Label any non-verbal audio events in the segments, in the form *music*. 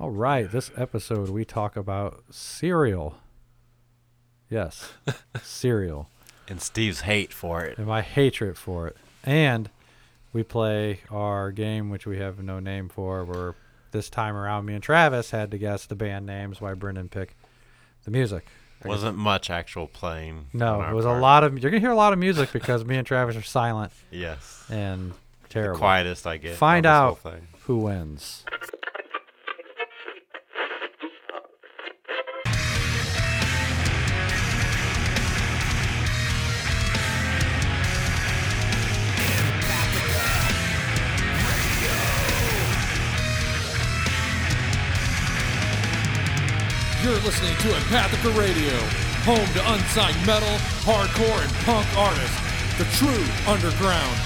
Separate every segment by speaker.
Speaker 1: All right, this episode we talk about cereal.
Speaker 2: *laughs*
Speaker 1: Yes, cereal,
Speaker 2: and Steve's hate for it.
Speaker 1: and my hatred for it. And we play our game, which we have no name for. Where this time around, me and Travis had to guess the band names. Why Brendan picked the music? I guess-
Speaker 2: Wasn't much actual playing.
Speaker 1: No,
Speaker 2: on our
Speaker 1: it was
Speaker 2: part.
Speaker 1: a lot of. You're gonna hear a lot of music because me and Travis are silent
Speaker 2: Yes.
Speaker 1: and
Speaker 2: The
Speaker 1: terrible.
Speaker 2: quietest I get.
Speaker 1: Find
Speaker 2: on
Speaker 1: out
Speaker 2: this whole thing.
Speaker 1: who wins.
Speaker 3: You're listening to Empathica Radio, home to unsigned metal, hardcore, and punk artists, the true underground.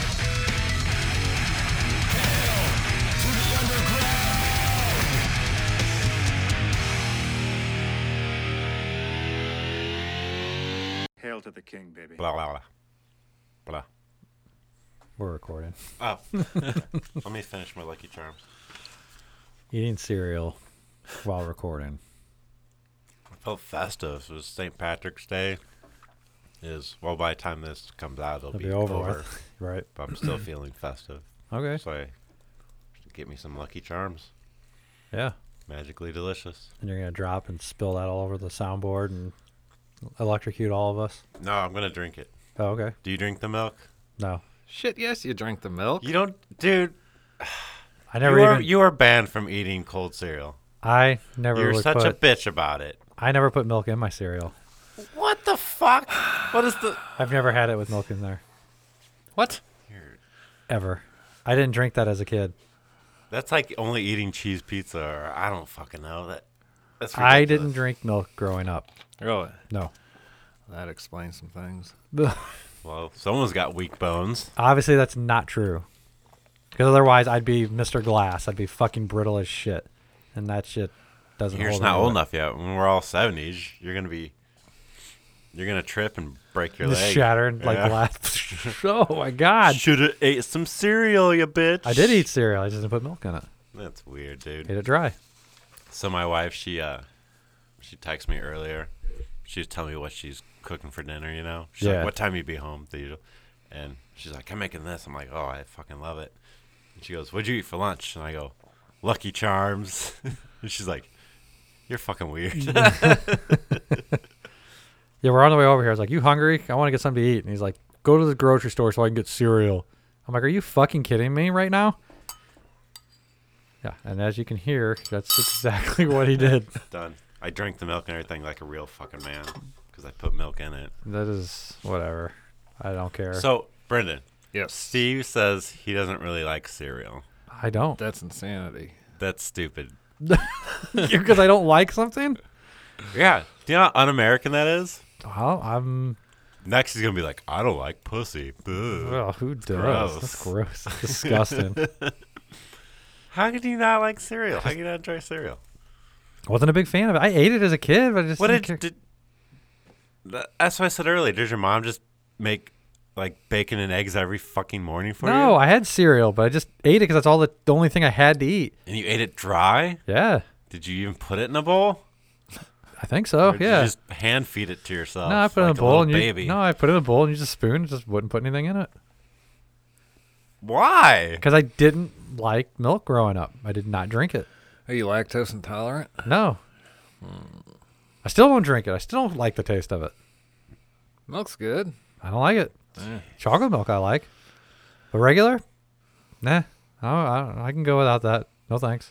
Speaker 4: Hail to the king, baby.
Speaker 2: Blah blah blah.
Speaker 1: We're recording.
Speaker 2: *laughs* Blah. Oh. Let me finish my Lucky Charms.
Speaker 1: Eating cereal while recording.
Speaker 2: I felt festive. It was St. Patrick's Day. Is well by the time this comes out it'll
Speaker 1: It'll
Speaker 2: be,
Speaker 1: be over, *laughs* with. right?
Speaker 2: But I'm still feeling festive.
Speaker 1: Okay.
Speaker 2: So I should get me some Lucky Charms.
Speaker 1: Yeah.
Speaker 2: Magically delicious.
Speaker 1: And you're gonna drop and spill that all over the soundboard and electrocute all of us.
Speaker 2: No, I'm gonna drink it.
Speaker 1: Oh, okay.
Speaker 2: Do you drink the milk?
Speaker 1: No,
Speaker 5: Shit, yes, you drank the milk.
Speaker 2: You don't, dude.
Speaker 1: I
Speaker 2: You
Speaker 1: never
Speaker 2: are,
Speaker 1: even.
Speaker 2: you are banned from eating cold cereal.
Speaker 1: I never.
Speaker 2: You're
Speaker 1: would
Speaker 2: such
Speaker 1: put,
Speaker 2: a bitch about it.
Speaker 1: I never put milk in my cereal.
Speaker 2: What the fuck? What is *sighs* the?
Speaker 1: I've never had it with milk in there
Speaker 5: What?
Speaker 1: ever. I didn't drink that as a kid.
Speaker 2: That's like only eating cheese pizza, or I don't fucking know that. That's
Speaker 1: I
Speaker 2: ridiculous.
Speaker 1: didn't drink milk growing up.
Speaker 5: Really?
Speaker 1: No.
Speaker 5: Oh, That explains some things.
Speaker 2: Well, someone's got weak bones.
Speaker 1: Obviously, that's not true. Because otherwise, I'd be Mr. Glass. I'd be fucking brittle as shit, and that shit doesn't.
Speaker 2: You're
Speaker 1: hold
Speaker 2: just not
Speaker 1: anyone.
Speaker 2: old enough yet. When we're all seventies, you're gonna be, you're gonna trip and break your
Speaker 1: Just
Speaker 2: leg.
Speaker 1: shattered like
Speaker 2: Yeah.
Speaker 1: glass. *laughs* oh my god!
Speaker 2: Should have ate some cereal, you bitch.
Speaker 1: I did eat cereal. I just didn't put milk in it.
Speaker 2: That's weird, dude.
Speaker 1: Ate it dry.
Speaker 2: So my wife, she uh, she texted me earlier. She was telling me what she's cooking for dinner. You know, she's
Speaker 1: Yeah.
Speaker 2: like, "What time you be home?" The usual, and she's like, "I'm making this." I'm like, "Oh, I fucking love it." And she goes, "What'd you eat for lunch?" And I go, "Lucky Charms." *laughs* and she's like, "You're fucking weird." *laughs*
Speaker 1: Yeah, we're on the way over here. I was like, "You hungry? I want to get something to eat." And he's like, "Go to the grocery store so I can get cereal." I'm like, "Are you fucking kidding me right now?" Yeah, and as you can hear, that's exactly what he
Speaker 2: *laughs*
Speaker 1: did.
Speaker 2: Done. I drank the milk and everything like a real fucking man because I put milk in it.
Speaker 1: That is whatever. I don't care.
Speaker 2: So Brendan,
Speaker 5: Yes.
Speaker 2: Steve says he doesn't really like cereal.
Speaker 1: I
Speaker 2: *laughs*
Speaker 1: don't
Speaker 5: That's insanity.
Speaker 2: That's stupid.
Speaker 1: because I don't like something.
Speaker 2: Yeah. Do you know how un-American that is?
Speaker 1: Well, I'm.
Speaker 2: Next, he's gonna be like, "I don't like pussy." Boo.
Speaker 1: Well, who does? That's
Speaker 2: *laughs*
Speaker 1: gross. Disgusting.
Speaker 2: How could you not like cereal? How could you not enjoy *laughs* cereal?
Speaker 1: Wasn't a big fan of it. I ate it as a kid, but I just
Speaker 2: What
Speaker 1: didn't
Speaker 2: did,
Speaker 1: care.
Speaker 2: did Tha- that's what I said earlier. Did your mom just make like bacon and eggs every fucking morning for you?
Speaker 1: no, I had cereal, but I just ate it because that's all the, the only thing I had to eat.
Speaker 2: And you ate it dry?
Speaker 1: Yeah,
Speaker 2: Did you even put it in a bowl?
Speaker 1: I think so.
Speaker 2: Or did
Speaker 1: Oh, yeah,
Speaker 2: you just hand feed it to yourself?
Speaker 1: No, I put it
Speaker 2: like
Speaker 1: in a bowl
Speaker 2: little
Speaker 1: and you,
Speaker 2: baby.
Speaker 1: No, I put it in a bowl and you just spoon. Just wouldn't put anything in it
Speaker 2: Why?
Speaker 1: because I didn't like milk growing up. I did not drink it.
Speaker 5: Are you lactose intolerant?
Speaker 1: No, I still don't drink it. I still don't like the taste of it.
Speaker 5: Milk's good.
Speaker 1: I don't like it.
Speaker 2: Eh.
Speaker 1: Chocolate milk I like, but regular, nah. I, don't, I, don't- I can go without that. No thanks.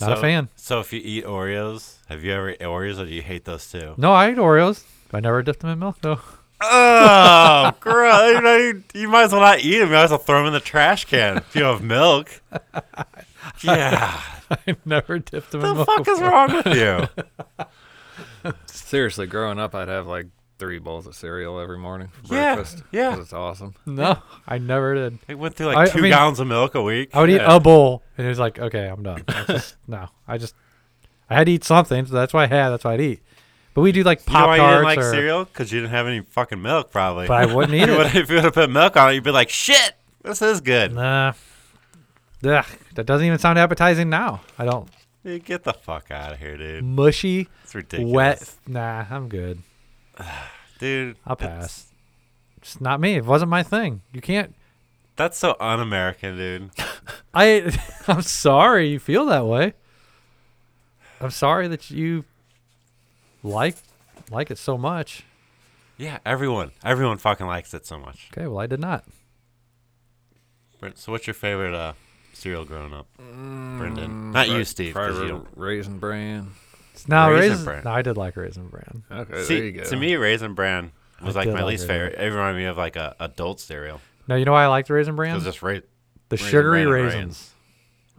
Speaker 1: Not a
Speaker 2: So-
Speaker 1: fan.
Speaker 2: So if you eat Oreos, have you ever ate Oreos, or do you hate those too?
Speaker 1: No, I eat Oreos. I never dipped them in milk though. *laughs*
Speaker 2: Oh, gross! You, know, you, you might as well not eat them. You might as well throw them in the trash can if you
Speaker 1: *laughs*
Speaker 2: have milk. Yeah.
Speaker 1: I never dipped them in
Speaker 2: the
Speaker 1: milk.
Speaker 2: fuck is wrong with you?
Speaker 5: Seriously, growing up, I'd have like three bowls of cereal every morning for
Speaker 2: Yeah,
Speaker 5: breakfast.
Speaker 2: yeah.
Speaker 5: 'cause It's awesome.
Speaker 1: No, I never did.
Speaker 2: I went through like
Speaker 1: I- I
Speaker 2: two
Speaker 1: mean-
Speaker 2: gallons of milk a week.
Speaker 1: I would eat uh,
Speaker 2: Yeah.
Speaker 1: a bowl, and it was like, okay, I'm done. I just,
Speaker 2: *laughs*
Speaker 1: no, I just, I had to eat something, so that's what I had. That's what I'd eat. But we do like
Speaker 2: You know
Speaker 1: pop
Speaker 2: why you didn't
Speaker 1: tarts,
Speaker 2: like
Speaker 1: or,
Speaker 2: cereal? Because you didn't have any fucking milk, probably.
Speaker 1: but I
Speaker 2: *laughs*
Speaker 1: wouldn't eat
Speaker 2: You
Speaker 1: it.
Speaker 2: would- if you would have put milk on it, you'd be like, shit, this is good.
Speaker 1: Nah, Ugh, that doesn't even sound appetizing now. I don't.
Speaker 2: Hey, get the fuck out of here, dude.
Speaker 1: Mushy,
Speaker 2: It's ridiculous.
Speaker 1: wet. Nah, I'm good.
Speaker 2: dude.
Speaker 1: I'll
Speaker 2: it's-
Speaker 1: pass. It's not me. It wasn't my thing. You can't.
Speaker 2: That's so un-American, dude.
Speaker 1: I. *laughs* I'm sorry you feel that way. I'm sorry that you like like it so much.
Speaker 2: yeah, everyone, everyone fucking likes it so much.
Speaker 1: Okay, well I did not.
Speaker 2: Brent, so, what's your favorite uh, cereal growing up, Brendan? Not you, Steve. 'cause you
Speaker 5: Probably
Speaker 2: don't-
Speaker 5: raisin bran.
Speaker 1: Now
Speaker 2: Raisin
Speaker 1: raisin.
Speaker 2: Bran.
Speaker 1: No, I did like raisin bran.
Speaker 5: Okay, there
Speaker 2: See,
Speaker 5: you go.
Speaker 2: to me, raisin bran was
Speaker 1: I
Speaker 2: like
Speaker 1: did
Speaker 2: my
Speaker 1: like
Speaker 2: least
Speaker 1: Raisin
Speaker 2: favorite. It reminded me of like a adult cereal.
Speaker 1: Now you know why I liked raisin
Speaker 2: It
Speaker 1: bran?
Speaker 2: was just ra-
Speaker 1: the
Speaker 2: Raisin
Speaker 1: sugary
Speaker 2: Bran and
Speaker 1: raisins.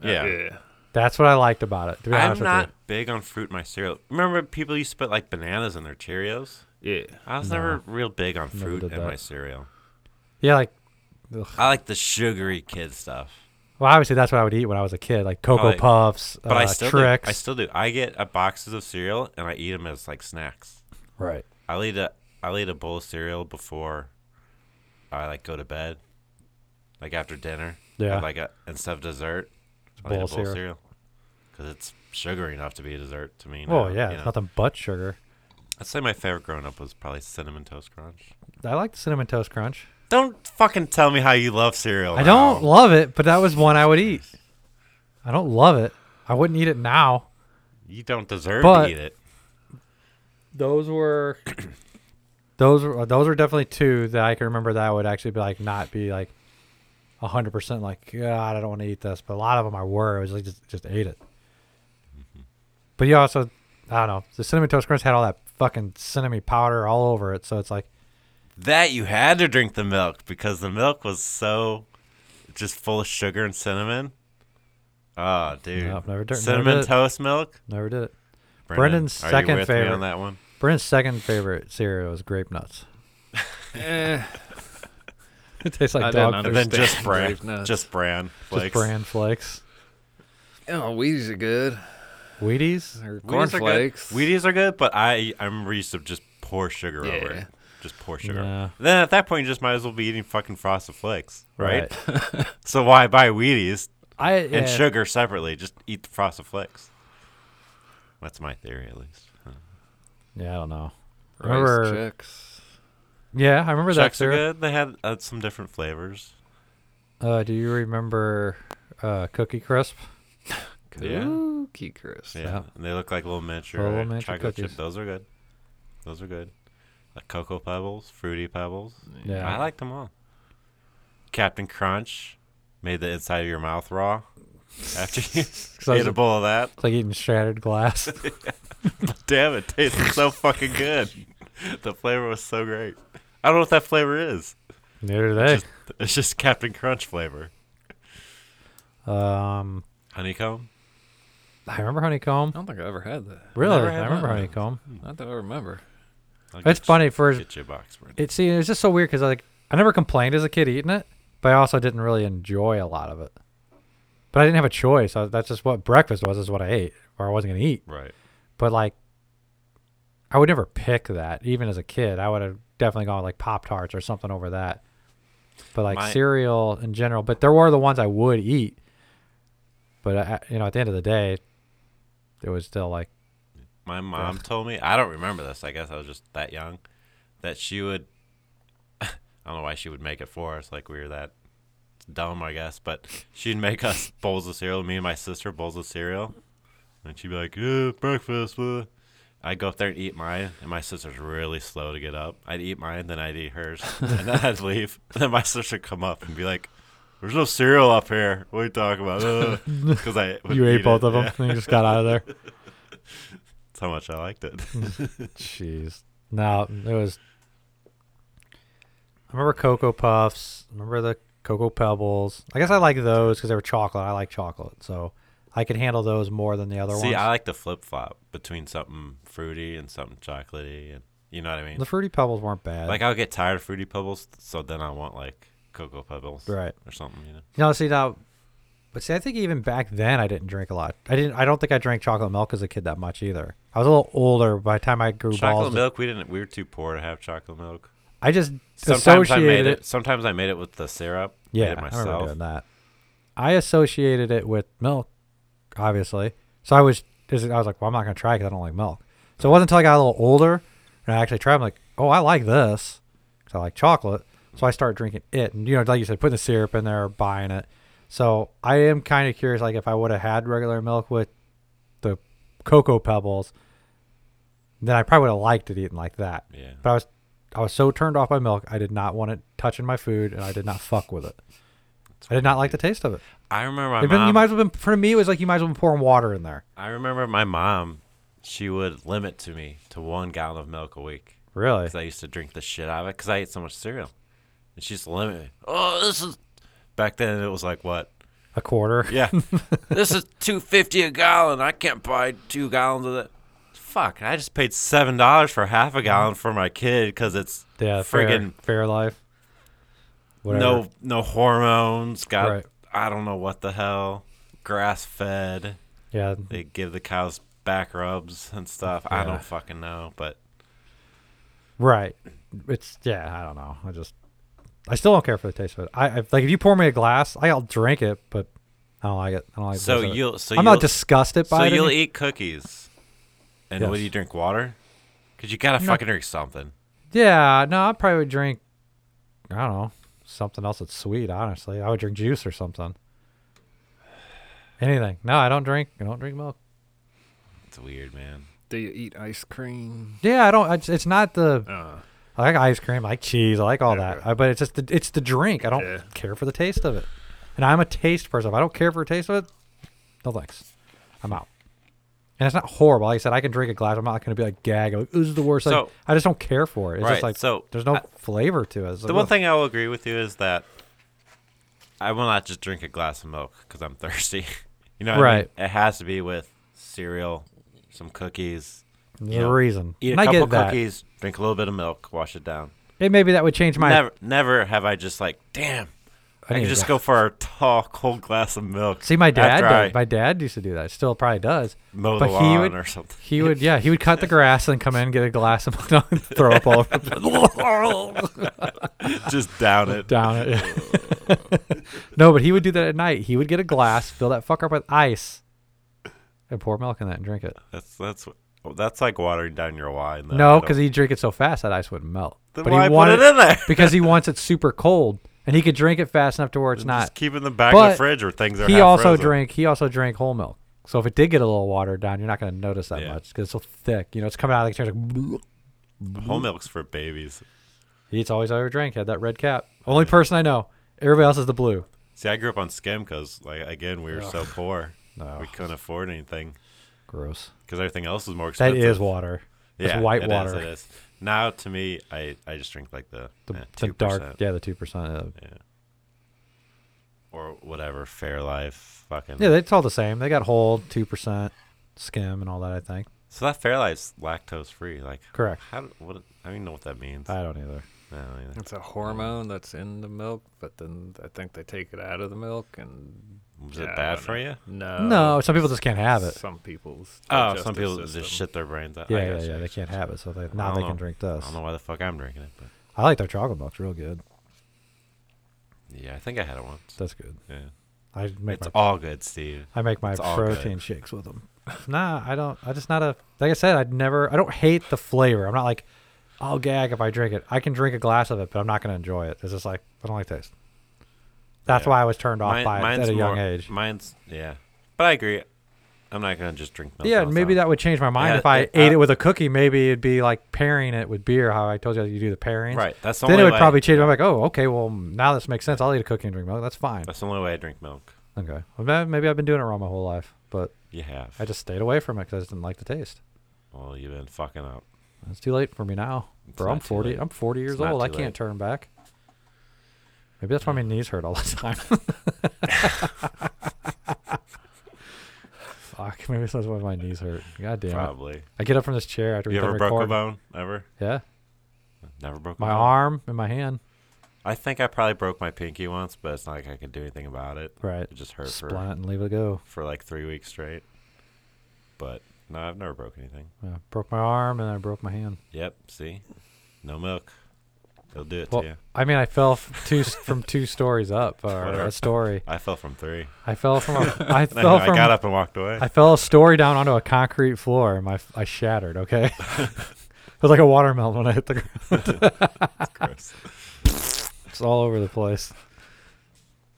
Speaker 5: Oh,
Speaker 2: Yeah.
Speaker 1: That's what I liked about it. To be honest
Speaker 2: I'm
Speaker 1: with
Speaker 2: not
Speaker 1: you.
Speaker 2: big on fruit in my cereal. Remember, people used to put like bananas in their Cheerios.
Speaker 5: Yeah.
Speaker 2: I was never real big on fruit in
Speaker 1: did
Speaker 2: my
Speaker 1: that.
Speaker 2: cereal.
Speaker 1: Yeah, like
Speaker 2: I like the sugary kid stuff,
Speaker 1: well, obviously that's what I would eat when I was a kid, like Cocoa
Speaker 2: Probably.
Speaker 1: Puffs,
Speaker 2: but
Speaker 1: uh,
Speaker 2: Oh, I still
Speaker 1: tricks.
Speaker 2: do. I still do. I get uh boxes of cereal and I eat them as like snacks.
Speaker 1: right.
Speaker 2: I'll eat a I'll eat a bowl of cereal before I like go to bed, like after dinner.
Speaker 1: Yeah.
Speaker 2: Or, like a, instead of dessert, I'll
Speaker 1: bowl
Speaker 2: eat a
Speaker 1: of
Speaker 2: bowl of
Speaker 1: cereal.
Speaker 2: cereal because it's sugary enough to be a dessert to me.
Speaker 1: Oh yeah,
Speaker 2: now, you
Speaker 1: it's
Speaker 2: know.
Speaker 1: nothing but sugar.
Speaker 2: I'd say my favorite growing up was probably cinnamon toast crunch.
Speaker 1: I like the cinnamon toast crunch.
Speaker 2: Don't fucking tell me how you love cereal.
Speaker 1: I don't
Speaker 2: now.
Speaker 1: love it, but that was one I would eat. I don't love it. I wouldn't eat it now.
Speaker 2: You don't deserve
Speaker 1: But-
Speaker 2: to eat it.
Speaker 1: Those were those were those were definitely two that I can remember that I would actually be like not be like hundred percent like God, I don't want to eat this. But a lot of them I were. I was like just just ate it. Mm-hmm. But you also I don't know. The cinnamon toast crunch had all that fucking cinnamon powder all over it, so it's like
Speaker 2: That you had to drink the milk because the milk was so just full of sugar and cinnamon. Oh, dude.
Speaker 1: Nope, never dr- never
Speaker 2: cinnamon
Speaker 1: did it.
Speaker 2: toast milk.
Speaker 1: never did it.
Speaker 2: Brendan,
Speaker 1: Brendan's
Speaker 2: are you
Speaker 1: second
Speaker 2: with me
Speaker 1: favorite.
Speaker 2: on that one.
Speaker 1: Brent's second favorite cereal is grape nuts.
Speaker 5: Eh,
Speaker 1: *laughs* It tastes like
Speaker 5: I didn't
Speaker 1: dog
Speaker 2: And
Speaker 1: food.
Speaker 2: then
Speaker 5: Understand.
Speaker 2: just bran,
Speaker 5: Grape nuts.
Speaker 2: just bran
Speaker 1: Just
Speaker 2: flakes.
Speaker 1: bran flakes.
Speaker 5: oh, Wheaties are good.
Speaker 1: Wheaties? *laughs*
Speaker 5: Or Corn
Speaker 2: Wheaties are good.
Speaker 5: flakes.
Speaker 2: Wheaties are good, but I I'm used to just pour sugar over
Speaker 5: Yeah.
Speaker 2: it. Just pour sugar.
Speaker 1: Nah.
Speaker 2: Then at that point, you just might as well be eating fucking frosted flakes, right?
Speaker 1: *laughs*
Speaker 2: so why buy Wheaties
Speaker 1: I
Speaker 2: and
Speaker 1: yeah.
Speaker 2: sugar separately? Just eat the frosted flakes. That's my theory, at least. Huh.
Speaker 1: Yeah, I don't know.
Speaker 5: Rice
Speaker 1: Remember-
Speaker 5: chicks.
Speaker 1: Yeah, I remember that
Speaker 2: Chex are
Speaker 1: cereal.
Speaker 2: good. They had uh, some different flavors.
Speaker 1: Uh, do you remember uh, Cookie Crisp?
Speaker 2: Yeah,
Speaker 5: Cookie crisp.
Speaker 2: yeah.
Speaker 1: Yeah.
Speaker 2: And they look like little miniature,
Speaker 1: Little miniature
Speaker 2: chocolate chip.
Speaker 1: cookies.
Speaker 2: Those are good. Those are good. Like cocoa pebbles, fruity pebbles.
Speaker 1: Yeah.
Speaker 2: I liked them all. Captain Crunch made the inside of your mouth raw
Speaker 1: *laughs*
Speaker 2: after you
Speaker 1: I was
Speaker 2: ate
Speaker 1: a-
Speaker 2: a bowl of that.
Speaker 1: It's like eating shattered glass. *laughs*
Speaker 2: Damn, it tasted so fucking good. *laughs* The flavor was so great. I don't know what that flavor is.
Speaker 1: Neither do they.
Speaker 2: Just- it's just Captain Crunch flavor.
Speaker 1: Um,
Speaker 2: Honeycomb?
Speaker 1: I remember Honeycomb.
Speaker 5: I don't think I ever had that.
Speaker 1: really?
Speaker 5: Never
Speaker 1: I
Speaker 5: had
Speaker 1: remember
Speaker 5: that.
Speaker 1: Honeycomb.
Speaker 5: Not that I remember.
Speaker 2: I'll
Speaker 1: It's
Speaker 2: get you-
Speaker 1: funny for
Speaker 2: Get you a box, Brent.
Speaker 1: it. See, it's just so weird because like I never complained as a kid eating it, but I also didn't really enjoy a lot of it. But I didn't have a choice. I, that's just what breakfast was. Is what I ate, or I wasn't gonna eat.
Speaker 2: Right.
Speaker 1: But like, I would never pick that. Even as a kid, I would have definitely gone with, like Pop Tarts or something over that. But like
Speaker 2: My-
Speaker 1: cereal in general. But there were the ones I would eat. But I, you know, at the end of the day, it was still like
Speaker 2: My mom told me, I don't remember this. I guess I was just that young, that she would, *laughs* I don't know why she would make it for us. Like we were that dumb, I guess, but she'd
Speaker 1: *laughs*
Speaker 2: make us bowls of cereal, me and my sister, bowls of cereal. And she'd be like, yeah, breakfast. Blah. I'd go up there and eat mine, and my sister's really slow to get up. I'd eat mine, then I'd eat
Speaker 1: *laughs*
Speaker 2: hers, and then I'd leave. *laughs* And then my sister would come up and be like, there's no cereal up here. What are you talking about? *laughs* Because I would
Speaker 1: you
Speaker 2: eat
Speaker 1: ate both
Speaker 2: it.
Speaker 1: of them
Speaker 2: Yeah,
Speaker 1: and *laughs* you just got out of
Speaker 2: *laughs*
Speaker 1: there.
Speaker 2: that's how much I liked it.
Speaker 1: Jeez. No, it was. I remember Cocoa Puffs. Remember the Cocoa Pebbles. I guess I like those because they were chocolate. I like chocolate, so I could handle those more than the other
Speaker 2: See,
Speaker 1: ones.
Speaker 2: I like the flip flop between something fruity and something chocolatey, and you know what I mean.
Speaker 1: the fruity pebbles weren't bad.
Speaker 2: like I'll get tired of fruity pebbles, so then I want like cocoa pebbles,
Speaker 1: Right.
Speaker 2: or something. You know,
Speaker 1: No, see now, but see, I think even back then I didn't drink a lot. I didn't. I don't think I drank chocolate milk as a kid that much either. I was a little older by the time I grew
Speaker 2: chocolate
Speaker 1: balls.
Speaker 2: milk. We didn't. We were too poor to have chocolate milk.
Speaker 1: I just
Speaker 2: Sometimes I
Speaker 1: associated
Speaker 2: made
Speaker 1: it.
Speaker 2: it. Sometimes I made it with the syrup. made
Speaker 1: Yeah,
Speaker 2: it
Speaker 1: I remember
Speaker 2: myself.
Speaker 1: doing that. I associated it with milk, obviously. So I was, is it- I was like, well, I'm not gonna try because I don't like milk. So it wasn't until I got a little older and I actually tried. I'm like, oh, I like this because I like chocolate. So I started drinking it, and you know, like you said, putting the syrup in there, buying it. So I am kind of curious, like if I would have had regular milk with the cocoa pebbles, then I probably would have liked it eating like that.
Speaker 2: Yeah.
Speaker 1: But I was, I was so turned off by milk, I did not want it touching my food, and I did not fuck with it. I did not like the taste of it.
Speaker 2: I remember my
Speaker 1: It'd been-
Speaker 2: mom.
Speaker 1: you might as well been, for me, it was like you might as well been pouring water in there.
Speaker 2: I remember my mom. She would limit to me to one gallon of milk a week
Speaker 1: Really?
Speaker 2: because I used to drink the shit out of it because I ate so much cereal, and she used to limit me. Oh, this is back then. It was like what?
Speaker 1: A quarter.
Speaker 2: Yeah, *laughs* this is two fifty a gallon. I can't buy two gallons of that. Fuck! I just paid seven dollars for half a gallon for my kid because it's
Speaker 1: Yeah.
Speaker 2: friggin'
Speaker 1: fair, fair life. Whatever.
Speaker 2: no no hormones. Got
Speaker 1: Right.
Speaker 2: I don't know what the hell. Grass fed.
Speaker 1: Yeah.
Speaker 2: They give the cows back rubs and stuff. I
Speaker 1: Yeah.
Speaker 2: don't fucking know, but
Speaker 1: Right. It's yeah. I don't know. I just. I still don't care for the taste of it. I, I like if you pour me a glass, I'll drink it, but I don't like it. I don't like. the
Speaker 2: So
Speaker 1: taste of it.
Speaker 2: you'll- so
Speaker 1: I'm
Speaker 2: you'll-
Speaker 1: not disgusted
Speaker 2: so
Speaker 1: by it.
Speaker 2: you'll
Speaker 1: any-
Speaker 2: eat cookies, and what
Speaker 1: Yes.
Speaker 2: do you drink? Water? Because you gotta
Speaker 1: No.
Speaker 2: fucking drink something.
Speaker 1: Yeah, no, I probably would drink. I don't know something else that's sweet. Honestly, I would drink juice or something. Anything? No, I don't drink. I don't drink milk.
Speaker 2: It's weird, man.
Speaker 5: Do you eat ice cream?
Speaker 1: Yeah, I don't. It's, it's not the.
Speaker 5: Uh,
Speaker 1: I like ice cream. I like cheese. I like all that.
Speaker 5: Yeah.
Speaker 1: I, but it's just the, it's the drink. I don't
Speaker 5: Yeah.
Speaker 1: care for the taste of it. And I'm a taste person. If I don't care for the taste of it, no thanks. I'm out. And it's not horrible. Like I said, I can drink a glass. I'm not going to be like gag. Like, this is the worst.
Speaker 2: So-
Speaker 1: like, I just don't care for it. It's
Speaker 2: Right,
Speaker 1: just like
Speaker 2: so
Speaker 1: there's no
Speaker 2: I-
Speaker 1: flavor to it. It's
Speaker 2: The
Speaker 1: like,
Speaker 2: one
Speaker 1: ugh.
Speaker 2: thing I will agree with you is that I will not just drink a glass of milk because I'm thirsty. *laughs* you know, what I mean?
Speaker 1: Right.
Speaker 2: It has to be with cereal, some cookies.
Speaker 1: There's
Speaker 2: you
Speaker 1: a
Speaker 2: know,
Speaker 1: reason.
Speaker 2: Eat
Speaker 1: And
Speaker 2: a
Speaker 1: I
Speaker 2: couple
Speaker 1: get that.
Speaker 2: cookies, drink a little bit of milk, wash it down.
Speaker 1: Hey, maybe that would change my.
Speaker 2: never, never have I just like, damn. I,
Speaker 1: need
Speaker 2: could
Speaker 1: a
Speaker 2: just
Speaker 1: glass.
Speaker 2: go for a tall, cold glass of milk.
Speaker 1: See, my dad.
Speaker 2: after
Speaker 1: Does,
Speaker 2: I
Speaker 1: my dad used to do that. Still, probably does.
Speaker 2: mow the
Speaker 1: but
Speaker 2: lawn
Speaker 1: he would. *laughs*
Speaker 2: or something. *laughs*
Speaker 1: He would. Yeah, he would cut the grass and come in, get a glass of *laughs* milk, and throw up all over.
Speaker 2: just down
Speaker 1: *laughs*
Speaker 2: it.
Speaker 1: down it. yeah. *laughs* no, but he would do that at night. He would get a glass, fill that fucker up with ice, and pour milk in that and drink it.
Speaker 2: That's that's oh, that's like watering down your wine. Though. I
Speaker 1: no,
Speaker 2: don't-
Speaker 1: because he'd drink it so fast that ice wouldn't melt.
Speaker 2: Then
Speaker 1: but
Speaker 2: why
Speaker 1: he
Speaker 2: put
Speaker 1: wanted
Speaker 2: it
Speaker 1: *laughs*
Speaker 2: in there?
Speaker 1: because he wants it super cold, and he could drink it fast enough to where it's
Speaker 2: just
Speaker 1: not.
Speaker 2: keep it in the back of
Speaker 1: but
Speaker 2: the fridge where things are.
Speaker 1: he
Speaker 2: half
Speaker 1: also
Speaker 2: frozen.
Speaker 1: drank. He also drank whole milk. So if it did get a little watered down, you're not going to notice that
Speaker 2: Yeah.
Speaker 1: much because it's so thick. You know, it's coming out of the container. Like, Mm-hmm.
Speaker 2: whole milk's for babies.
Speaker 1: he's always ever drank had that red cap. Only person I know. Everybody else is the blue.
Speaker 2: See, I grew up on skim because, like, again, we were so poor, we couldn't afford anything
Speaker 1: Gross.
Speaker 2: because everything else was more
Speaker 1: That
Speaker 2: expensive.
Speaker 1: is water. That's
Speaker 2: yeah,
Speaker 1: white
Speaker 2: it is,
Speaker 1: water.
Speaker 2: it is. Now, to me, I I just drink like the
Speaker 1: the,
Speaker 2: eh,
Speaker 1: the
Speaker 2: 2%
Speaker 1: dark yeah the two percent
Speaker 2: or whatever Fairlife fucking
Speaker 1: yeah it's all the same they got whole two percent skim and all that i think
Speaker 2: So that Fairlife's lactose free, like
Speaker 1: Correct.
Speaker 2: How? do- What? I don't even know what that means.
Speaker 1: i don't either
Speaker 2: I don't either.
Speaker 5: it's a hormone that's in the milk, but then I think they take it out of the milk and.
Speaker 2: Is
Speaker 5: Yeah,
Speaker 2: it
Speaker 5: I
Speaker 2: bad
Speaker 5: don't
Speaker 2: for
Speaker 5: know.
Speaker 2: you?
Speaker 5: No.
Speaker 2: Uh,
Speaker 1: no some people just can't have it
Speaker 5: Some people's.
Speaker 2: Oh,
Speaker 5: digestive
Speaker 2: some people
Speaker 5: system.
Speaker 2: just shit their brains out. I
Speaker 1: yeah yeah
Speaker 2: got you,
Speaker 1: yeah
Speaker 2: I
Speaker 1: they
Speaker 2: got you.
Speaker 1: can't have it so they, now they
Speaker 2: I don't
Speaker 1: can
Speaker 2: know.
Speaker 1: drink
Speaker 2: I
Speaker 1: this
Speaker 2: don't know why the fuck I'm drinking it, but
Speaker 1: i like their chocolate milk's real good
Speaker 2: yeah, I think I had it once.
Speaker 1: that's good
Speaker 2: Yeah,
Speaker 1: i make
Speaker 2: it's
Speaker 1: my
Speaker 2: all good, Steve.
Speaker 1: i make my
Speaker 2: it's all good.
Speaker 1: protein shakes with them nah i don't i just not a like i said i'd never i don't hate the flavor i'm not like i'll gag if i drink it i can drink a glass of it but i'm not going to enjoy it it's just like i don't like taste that's
Speaker 2: Yeah.
Speaker 1: why i was turned off
Speaker 2: Mine-
Speaker 1: by it at a young
Speaker 2: more-
Speaker 1: age
Speaker 2: Mine's yeah, but I agree. I'm not gonna just drink milk.
Speaker 1: Yeah,
Speaker 2: on
Speaker 1: and
Speaker 2: its
Speaker 1: maybe
Speaker 2: own.
Speaker 1: that would change my mind
Speaker 2: Yeah,
Speaker 1: if I
Speaker 2: it-
Speaker 1: ate
Speaker 2: uh,
Speaker 1: it with a cookie. Maybe it'd be like pairing it with beer. How I told you you do the pairings.
Speaker 2: Right, that's the
Speaker 1: Then it
Speaker 2: only
Speaker 1: would
Speaker 2: way-
Speaker 1: probably change. I'm like, oh, okay. Well, now this makes sense. I'll eat a cookie and drink milk. That's fine.
Speaker 2: That's the only way I drink milk.
Speaker 1: Okay. Well, ma- maybe I've been doing it wrong my whole life, but
Speaker 2: You have.
Speaker 1: I just stayed away from it because I just didn't like the taste.
Speaker 2: well, you've been fucking up.
Speaker 1: It's too late for me now, bro.
Speaker 2: not
Speaker 1: I'm
Speaker 2: too
Speaker 1: 40.
Speaker 2: late.
Speaker 1: I'm 40 years
Speaker 2: It's not
Speaker 1: old. I
Speaker 2: too
Speaker 1: can't
Speaker 2: late.
Speaker 1: turn back. Maybe that's why my knees hurt all the time.
Speaker 2: *laughs*
Speaker 1: Fuck. Maybe that's why my knees hurt. God damn it.
Speaker 2: Probably.
Speaker 1: I get up from this chair after
Speaker 2: You
Speaker 1: we
Speaker 2: ever
Speaker 1: done
Speaker 2: broke a
Speaker 1: recording.
Speaker 2: bone? Ever?
Speaker 1: Yeah.
Speaker 2: Never broke.
Speaker 1: my
Speaker 2: a bone?
Speaker 1: arm and my hand.
Speaker 2: I think I probably broke my pinky once, but it's not like I could do anything about it.
Speaker 1: Right.
Speaker 2: It just hurt
Speaker 1: Splint
Speaker 2: for,
Speaker 1: and leave it go.
Speaker 2: for like three weeks straight. But no, I've never broke anything.
Speaker 1: Yeah, broke my arm and I broke my hand.
Speaker 2: Yep. See, no milk. They'll do it
Speaker 1: Well,
Speaker 2: to you.
Speaker 1: I mean, I fell f- two s- from two stories up, or
Speaker 2: Whatever.
Speaker 1: a story.
Speaker 2: I fell from three.
Speaker 1: I fell
Speaker 2: *laughs*
Speaker 1: from. A, I
Speaker 2: I,
Speaker 1: fell
Speaker 2: I
Speaker 1: from.
Speaker 2: got up and walked away.
Speaker 1: I fell a story down onto a concrete floor. And my f- I shattered. Okay,
Speaker 2: *laughs*
Speaker 1: it was like a watermelon when I hit the ground. *laughs*
Speaker 2: Gross.
Speaker 1: It's all over the place.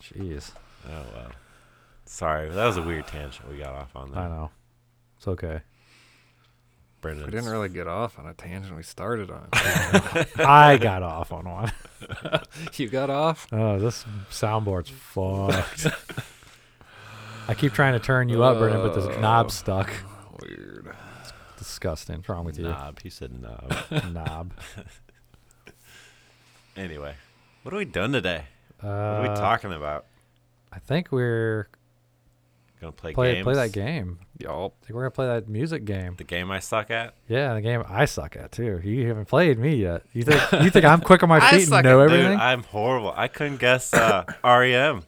Speaker 1: Jeez,
Speaker 2: Oh well. Sorry, that was a weird tangent we got off on. There.
Speaker 1: I know. It's
Speaker 2: *laughs*
Speaker 1: okay.
Speaker 2: Brendan's,
Speaker 5: We didn't really get off on a tangent we
Speaker 2: *laughs*
Speaker 5: started on.
Speaker 1: I got off on one.
Speaker 5: you got off?
Speaker 1: Oh, this soundboard's fucked. I keep trying to turn you up, Brendan, but this knob's stuck.
Speaker 5: Weird.
Speaker 1: Disgusting. What's wrong with you?
Speaker 2: knob. He said knob.
Speaker 1: *laughs* Knob.
Speaker 2: anyway, what have we done today? What are we
Speaker 1: Uh,
Speaker 2: talking about?
Speaker 1: I think we're
Speaker 2: Gonna play,
Speaker 1: play
Speaker 2: games.
Speaker 1: play that game.
Speaker 5: Yup.
Speaker 1: I think we're gonna play that music game.
Speaker 2: The game I suck at.
Speaker 1: Yeah, the game I suck at too. You haven't played me yet. You think you think I'm quick on
Speaker 2: *laughs*
Speaker 1: my feet and know
Speaker 2: at- dude,
Speaker 1: everything?
Speaker 2: I'm horrible. I couldn't guess uh,
Speaker 1: *coughs*
Speaker 2: REM.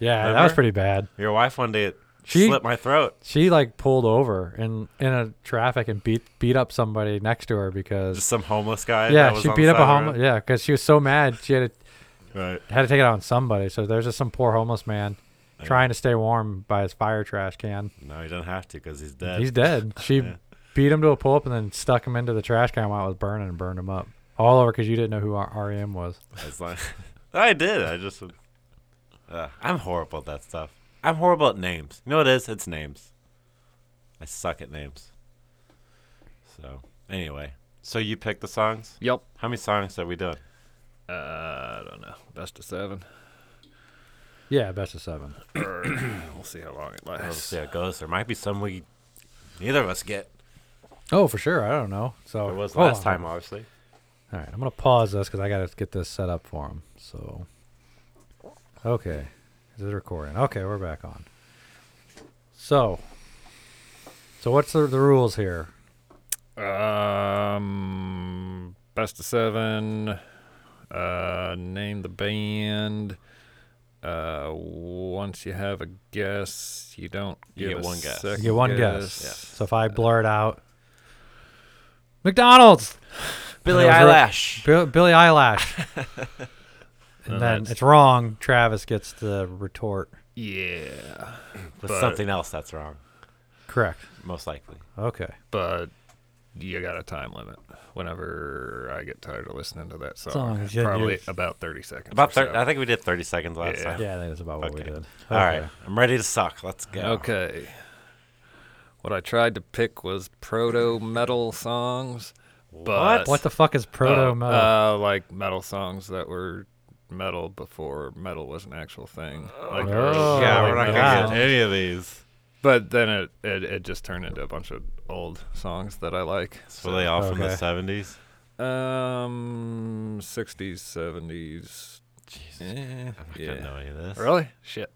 Speaker 1: yeah, that was
Speaker 2: remember?
Speaker 1: pretty bad.
Speaker 2: Your wife one day
Speaker 1: She-
Speaker 2: slit my throat.
Speaker 1: She like pulled over in in a traffic and beat beat up somebody next to her because
Speaker 2: Just some homeless guy. that
Speaker 1: yeah,
Speaker 2: was
Speaker 1: she
Speaker 2: on the
Speaker 1: beat up
Speaker 2: side
Speaker 1: a
Speaker 2: of the
Speaker 1: homeless yeah because she was so mad she had to,
Speaker 2: road. Right.
Speaker 1: had to take it out on somebody. So there's just some poor homeless man trying to stay warm by his fire trash can.
Speaker 2: No, he doesn't have to because he's dead.
Speaker 1: He's
Speaker 2: *laughs*
Speaker 1: dead. She beat him to a pulp and then stuck him into the trash can while it was burning and burned him up all over because you didn't know who R- REM was.
Speaker 2: It's like- *laughs* I did. I just. Uh, I'm horrible at that stuff. I'm horrible at names. You know what it is? It's names. I suck at names. So anyway, so you picked the songs.
Speaker 5: Yup.
Speaker 2: How many songs are we doing?
Speaker 5: Uh, I don't know. Best
Speaker 2: *coughs*
Speaker 5: of seven.
Speaker 1: Yeah, best of seven.
Speaker 5: Or, we'll see how long it
Speaker 2: We'll
Speaker 5: lasts.
Speaker 2: see how it goes. There might be some we neither of us get.
Speaker 1: Oh, for sure. I don't know. So
Speaker 2: It was
Speaker 1: hold
Speaker 2: last
Speaker 1: on.
Speaker 2: time, obviously.
Speaker 1: All right, I'm gonna pause this because I gotta get this set up for him. So, okay, is it recording? Okay, we're back on. So, so what's the, the rules here?
Speaker 5: Um, best of seven. Uh, name the band. Uh, once you have a guess, you don't
Speaker 2: You
Speaker 5: get,
Speaker 2: get
Speaker 5: a
Speaker 2: one guess.
Speaker 1: You
Speaker 5: second
Speaker 1: get one guess.
Speaker 5: guess.
Speaker 1: So if I blurt out McDonald's,
Speaker 2: Billy
Speaker 1: That was right.
Speaker 2: Eyelash.
Speaker 1: Bill, Billy *laughs* Eyelash, and then
Speaker 5: that's-
Speaker 1: it's wrong. Travis gets the retort.
Speaker 5: Yeah,
Speaker 2: With
Speaker 5: But-
Speaker 2: something else that's wrong,
Speaker 1: Correct.
Speaker 2: most likely.
Speaker 1: Okay.
Speaker 5: but you got a time limit. Whenever I get tired of listening to that song,
Speaker 1: Song,
Speaker 5: it's
Speaker 1: yeah, you're-
Speaker 5: probably about thirty seconds.
Speaker 2: About
Speaker 5: or
Speaker 2: thir-
Speaker 5: so.
Speaker 2: I think we did 30 seconds last
Speaker 5: Yeah.
Speaker 2: time.
Speaker 1: Yeah, I think that's about what we
Speaker 2: Okay.
Speaker 1: did.
Speaker 2: All right, I'm ready to suck. Let's go.
Speaker 5: Okay. What I tried to pick was proto metal songs, but
Speaker 1: What the fuck is proto
Speaker 5: Oh,
Speaker 1: metal?
Speaker 5: Uh, like metal songs that were metal before metal was an actual thing. Like,
Speaker 1: Oh,
Speaker 2: yeah, we're not gonna
Speaker 1: wow.
Speaker 2: get any of these.
Speaker 5: But then it, it it just turned into a bunch of old songs that I like.
Speaker 2: Were they all from the
Speaker 1: Okay.
Speaker 2: 70s?
Speaker 5: Um, sixties, seventies.
Speaker 2: Jesus,
Speaker 5: Yeah.
Speaker 2: I didn't know any of this.
Speaker 5: Really? Shit.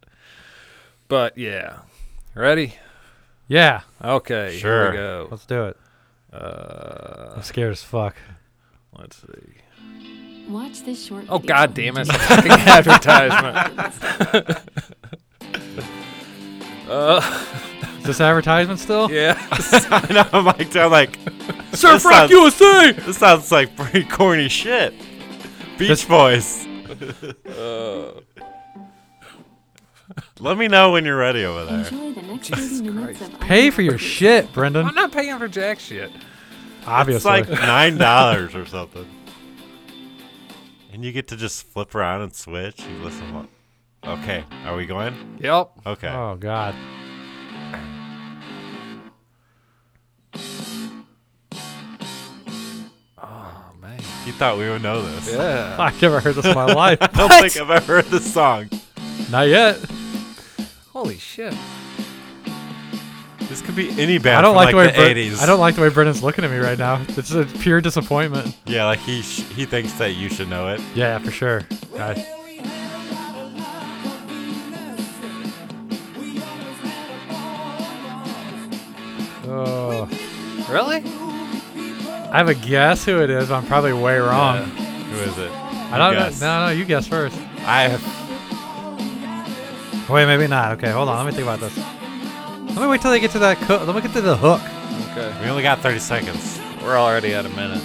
Speaker 5: But yeah. Ready?
Speaker 1: yeah,
Speaker 5: Okay. Here
Speaker 2: Sure.
Speaker 5: we go.
Speaker 1: let's do it.
Speaker 5: Uh,
Speaker 1: I'm scared as fuck.
Speaker 5: let's see.
Speaker 6: Watch this short.
Speaker 5: Oh
Speaker 6: video
Speaker 5: god
Speaker 6: on
Speaker 5: *laughs* damn it!
Speaker 6: YouTube.
Speaker 5: Fucking advertisement. Uh,
Speaker 1: Is this advertisement still?
Speaker 5: Yeah.
Speaker 2: *laughs* I know. I'm like, I'm like,
Speaker 5: Surf
Speaker 2: Rock sounds-
Speaker 5: USA.
Speaker 2: this sounds like pretty corny shit. Beach
Speaker 1: This-
Speaker 2: Boys.
Speaker 5: Uh.
Speaker 2: Let me know when you're ready over there.
Speaker 6: *laughs* Enjoy the next 30 minutes of
Speaker 1: Pay for your
Speaker 6: unedited-
Speaker 1: shit,
Speaker 2: *laughs*
Speaker 1: Brendan.
Speaker 5: I'm not paying for jack shit.
Speaker 2: It's
Speaker 1: Obviously.
Speaker 2: like nine dollars or something. And you get to just flip around and switch. You listen. What? Okay, are we going?
Speaker 5: Yep.
Speaker 2: Okay.
Speaker 1: oh god. *laughs*
Speaker 5: Oh man.
Speaker 2: You thought we would know this.
Speaker 5: Yeah.
Speaker 1: I've never heard this in my
Speaker 2: *laughs*
Speaker 1: life.
Speaker 2: I don't think I've ever heard this song.
Speaker 1: Not yet.
Speaker 5: Holy shit.
Speaker 2: This could be any band.
Speaker 1: I don't
Speaker 2: from
Speaker 1: like,
Speaker 2: like,
Speaker 1: the way
Speaker 2: the
Speaker 1: Bren-
Speaker 2: eighties.
Speaker 1: I don't like the way Brendan's looking at me right now. It's a pure disappointment.
Speaker 2: Yeah, like he sh- he thinks that you should know it.
Speaker 1: Yeah, for sure. I, oh,
Speaker 5: Really?
Speaker 1: I have a guess who it is, but I'm probably way wrong.
Speaker 2: Who is it?
Speaker 1: I don't
Speaker 2: You
Speaker 1: know.
Speaker 2: guess.
Speaker 1: No, no, you guess first.
Speaker 2: I have.
Speaker 1: Wait, maybe not. Okay, hold on. Let me think about this. Let me wait till they get to that. Co- let me get to the hook.
Speaker 5: Okay.
Speaker 2: We only got thirty seconds.
Speaker 5: We're already at a minute.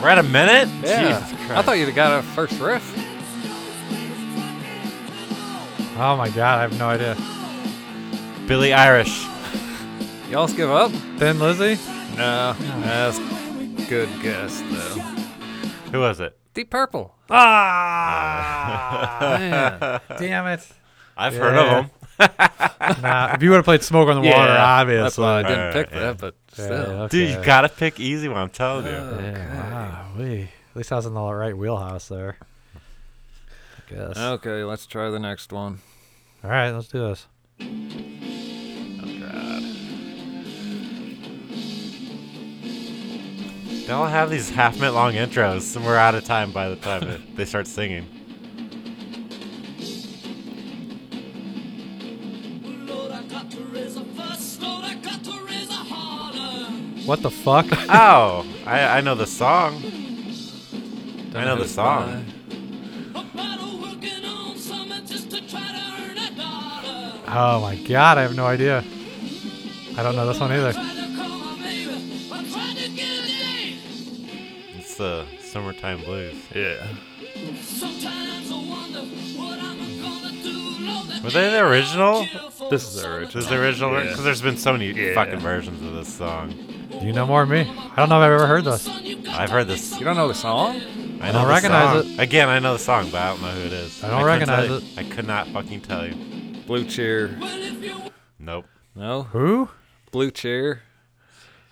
Speaker 2: We're at a minute?
Speaker 1: Yeah.
Speaker 2: Jesus
Speaker 1: I
Speaker 2: Christ.
Speaker 1: thought you'd have got a first riff. Oh my god, I have no idea.
Speaker 2: Billy Irish.
Speaker 1: You almost give up? Thin Lizzy?
Speaker 5: No, that's good guess though.
Speaker 2: Who was it?
Speaker 1: Deep Purple.
Speaker 5: *laughs*
Speaker 1: Ah! man. Damn it.
Speaker 2: I've heard of
Speaker 1: Yeah.
Speaker 2: him.
Speaker 1: Nah, if you would have played Smoke on the Water,
Speaker 5: That's why I
Speaker 1: obviously.
Speaker 5: didn't pick
Speaker 2: Yeah.
Speaker 5: that, but still.
Speaker 1: okay.
Speaker 2: Dude, you gotta pick easy one. I'm telling
Speaker 1: Uh.
Speaker 2: you.
Speaker 1: Yeah, wow, At least I was in the right wheelhouse there. I guess.
Speaker 5: Okay, let's try the next one.
Speaker 1: All right, let's do this.
Speaker 2: They all have these half minute long intros, and we're out of time by the time it- they start singing.
Speaker 1: What the fuck?
Speaker 2: Oh, I, I know the song. I know the song.
Speaker 1: oh my god, I have no idea. I don't know this one either.
Speaker 2: It's the summertime blues.
Speaker 5: Yeah.
Speaker 2: Were they the original?
Speaker 5: This is our original.
Speaker 2: This is the original
Speaker 5: Yeah.
Speaker 2: because there's been so many
Speaker 5: Yeah.
Speaker 2: fucking versions of this song.
Speaker 1: You know more than me. I don't know if I've ever heard this.
Speaker 2: I've heard this.
Speaker 5: You don't know the song?
Speaker 2: I,
Speaker 1: don't
Speaker 2: the
Speaker 1: recognize
Speaker 2: song. Again, I know the song, but I don't know who it is.
Speaker 1: I don't
Speaker 2: couldn't tell
Speaker 1: recognize
Speaker 2: you. I could not fucking tell you.
Speaker 5: Blue Cheer.
Speaker 2: Nope.
Speaker 5: No?
Speaker 1: Who?
Speaker 5: Blue Cheer.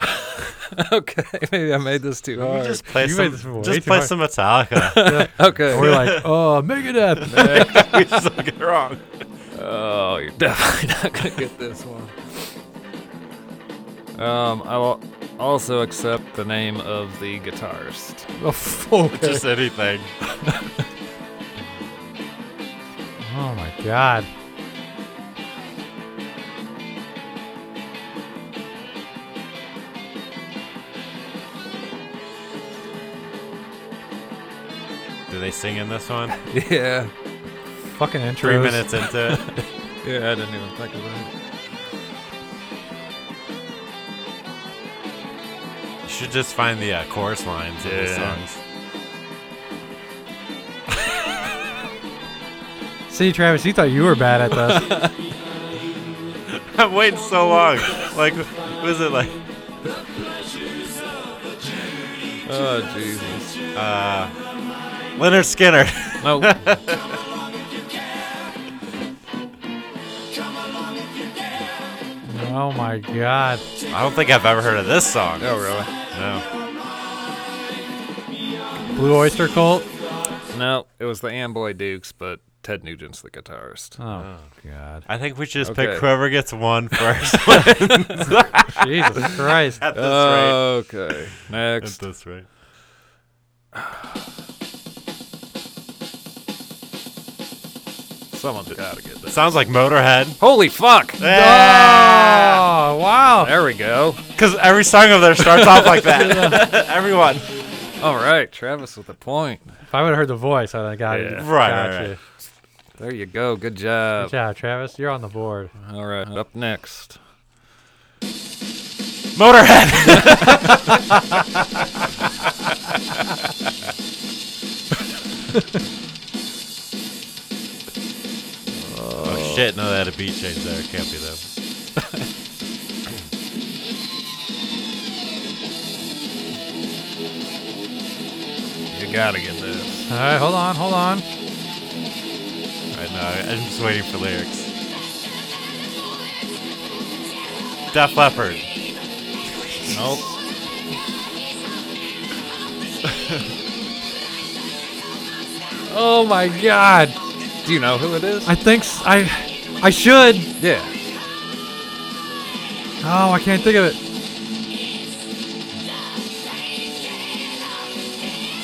Speaker 5: *laughs* okay, maybe I made this too hard.
Speaker 2: Just play
Speaker 1: You made
Speaker 2: some.
Speaker 1: this way
Speaker 2: Just
Speaker 1: too
Speaker 2: play
Speaker 1: hard.
Speaker 2: some
Speaker 1: *laughs*
Speaker 2: Metallica. *laughs*
Speaker 5: okay.
Speaker 1: We're *laughs* like, oh, Megadeth.
Speaker 2: we just get it
Speaker 5: *laughs*
Speaker 2: wrong.
Speaker 5: Oh, you're definitely *laughs* not gonna get this one. Um, I will also accept the name of the guitarist.
Speaker 1: oh, fuck.
Speaker 2: Just anything.
Speaker 1: oh my god.
Speaker 2: Do they sing in this one?
Speaker 5: *laughs* Yeah.
Speaker 1: Fucking intros.
Speaker 2: Three minutes into it.
Speaker 5: Yeah, I didn't even think of that.
Speaker 2: You should just find the uh, chorus lines of the
Speaker 5: Yeah.
Speaker 2: songs. *laughs*
Speaker 1: See, Travis, you thought you were bad at this.
Speaker 2: I'm waiting so long. Like, was it like?
Speaker 5: Oh, Jesus.
Speaker 2: Leonard Skinner. *laughs*
Speaker 5: No.
Speaker 1: *laughs*
Speaker 5: *laughs*
Speaker 1: oh my god.
Speaker 2: I don't think I've ever heard of this song.
Speaker 5: Oh, really?
Speaker 2: No.
Speaker 1: Blue Oyster Cult?
Speaker 5: No, it was the Amboy Dukes, but Ted Nugent's the guitarist.
Speaker 1: Oh, god.
Speaker 2: I think we should just
Speaker 5: Okay.
Speaker 2: pick whoever gets
Speaker 5: *laughs*
Speaker 2: one first. *laughs*
Speaker 1: *laughs* Jesus Christ.
Speaker 2: at this
Speaker 5: Uh,
Speaker 2: rate.
Speaker 5: Okay.
Speaker 2: At
Speaker 5: *laughs* Next.
Speaker 2: this rate.
Speaker 5: Someone's gotta get this.
Speaker 2: Sounds like Motorhead.
Speaker 5: Holy *laughs* fuck!
Speaker 1: Oh, wow.
Speaker 5: There we go.
Speaker 2: Because every song of theirs starts off like that. Everyone.
Speaker 5: All right, Travis with a point.
Speaker 1: If I would have heard the voice, I'd have got it.
Speaker 5: Yeah.
Speaker 2: Right,
Speaker 1: Got
Speaker 2: right,
Speaker 1: you.
Speaker 2: right.
Speaker 5: There you go. Good job.
Speaker 1: Good job, Travis. You're on the board.
Speaker 5: All right, up next.
Speaker 2: Motorhead. oh shit! No, they had a beat change there. It can't be them. *laughs*
Speaker 5: You gotta get this.
Speaker 1: All right, hold on, hold on.
Speaker 2: I know. I'm just waiting for lyrics. Def Leppard.
Speaker 5: Nope.
Speaker 1: *laughs* Oh my god.
Speaker 5: Do you know who it is?
Speaker 1: I think s- I I should.
Speaker 5: yeah.
Speaker 1: Oh, I can't think of it.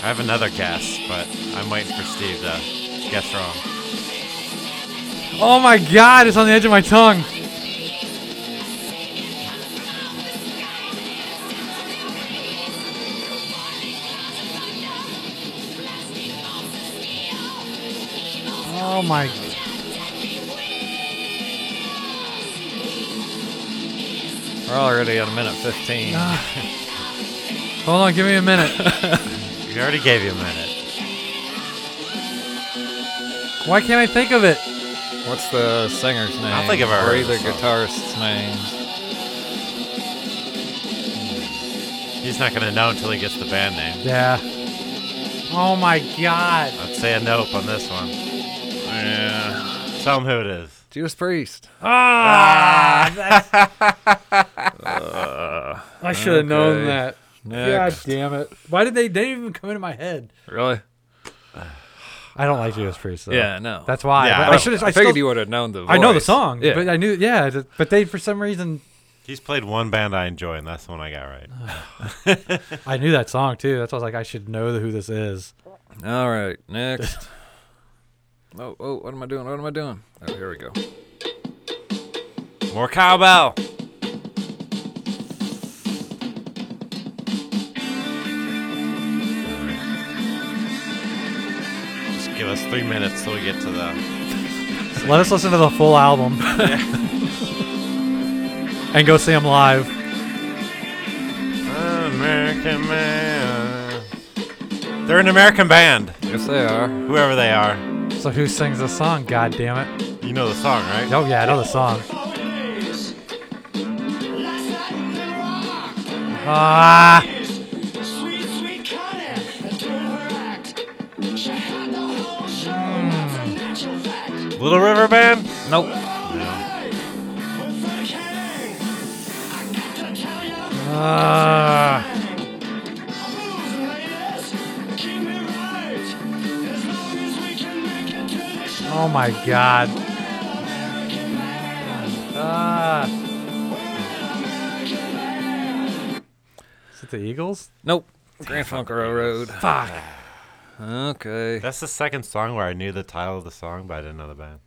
Speaker 2: I have another guess, but I'm waiting for Steve to guess wrong.
Speaker 1: Oh my god, it's on the edge of my tongue. Oh my
Speaker 5: We're already at a minute 15.
Speaker 1: Ah. Hold on, give me a minute.
Speaker 2: We already gave you a minute.
Speaker 1: Why can't I think of it?
Speaker 5: What's the singer's name?
Speaker 2: don't think I've ever
Speaker 5: Or
Speaker 2: heard of
Speaker 5: either
Speaker 2: this song.
Speaker 5: guitarist's names.
Speaker 2: He's not gonna know until he gets the band name.
Speaker 1: Yeah. Oh my god.
Speaker 2: I'd say a nope on this one.
Speaker 5: Yeah.
Speaker 2: Tell him who it is.
Speaker 5: Judas Priest.
Speaker 1: Ah, Uh, I should have known
Speaker 5: okay.
Speaker 1: that.
Speaker 5: Next.
Speaker 1: God damn it! Why did they? They didn't even come into my head.
Speaker 5: Really?
Speaker 1: I don't like Judas Priest. Though.
Speaker 5: Yeah, no.
Speaker 1: that's why.
Speaker 2: Yeah,
Speaker 1: but
Speaker 2: I
Speaker 1: I
Speaker 2: don't-
Speaker 1: should. have
Speaker 5: I,
Speaker 1: I,
Speaker 5: figured
Speaker 1: still,
Speaker 5: you would have known the voice.
Speaker 1: I know the song,
Speaker 5: Yeah.
Speaker 1: but I knew. Yeah, th- but they for some reason
Speaker 2: He's played one band I enjoy, and that's the one I got right.
Speaker 1: I knew that song too. That's why I was like, I should know who this is.
Speaker 5: All right,
Speaker 1: *laughs*
Speaker 5: next. oh, oh, what am I doing? What am I doing? Oh, here we go.
Speaker 2: More cowbell. Just give us three minutes till we get to the.
Speaker 1: Let us listen to the full album *laughs* and go see them live.
Speaker 2: American man. They're an American band,
Speaker 5: Yes, they are.
Speaker 2: whoever they are.
Speaker 1: So who sings this song? God damn it!
Speaker 2: You know the song, right?
Speaker 1: Oh yeah, I know the song. Ah,
Speaker 2: Little River Band?
Speaker 5: Nope.
Speaker 1: ah. oh my god. Ah. Is it the Eagles?
Speaker 5: Nope. Grand Funk Railroad.
Speaker 1: Fuck.
Speaker 5: Okay.
Speaker 2: That's the second song where I knew the title of the song, but I didn't know the band.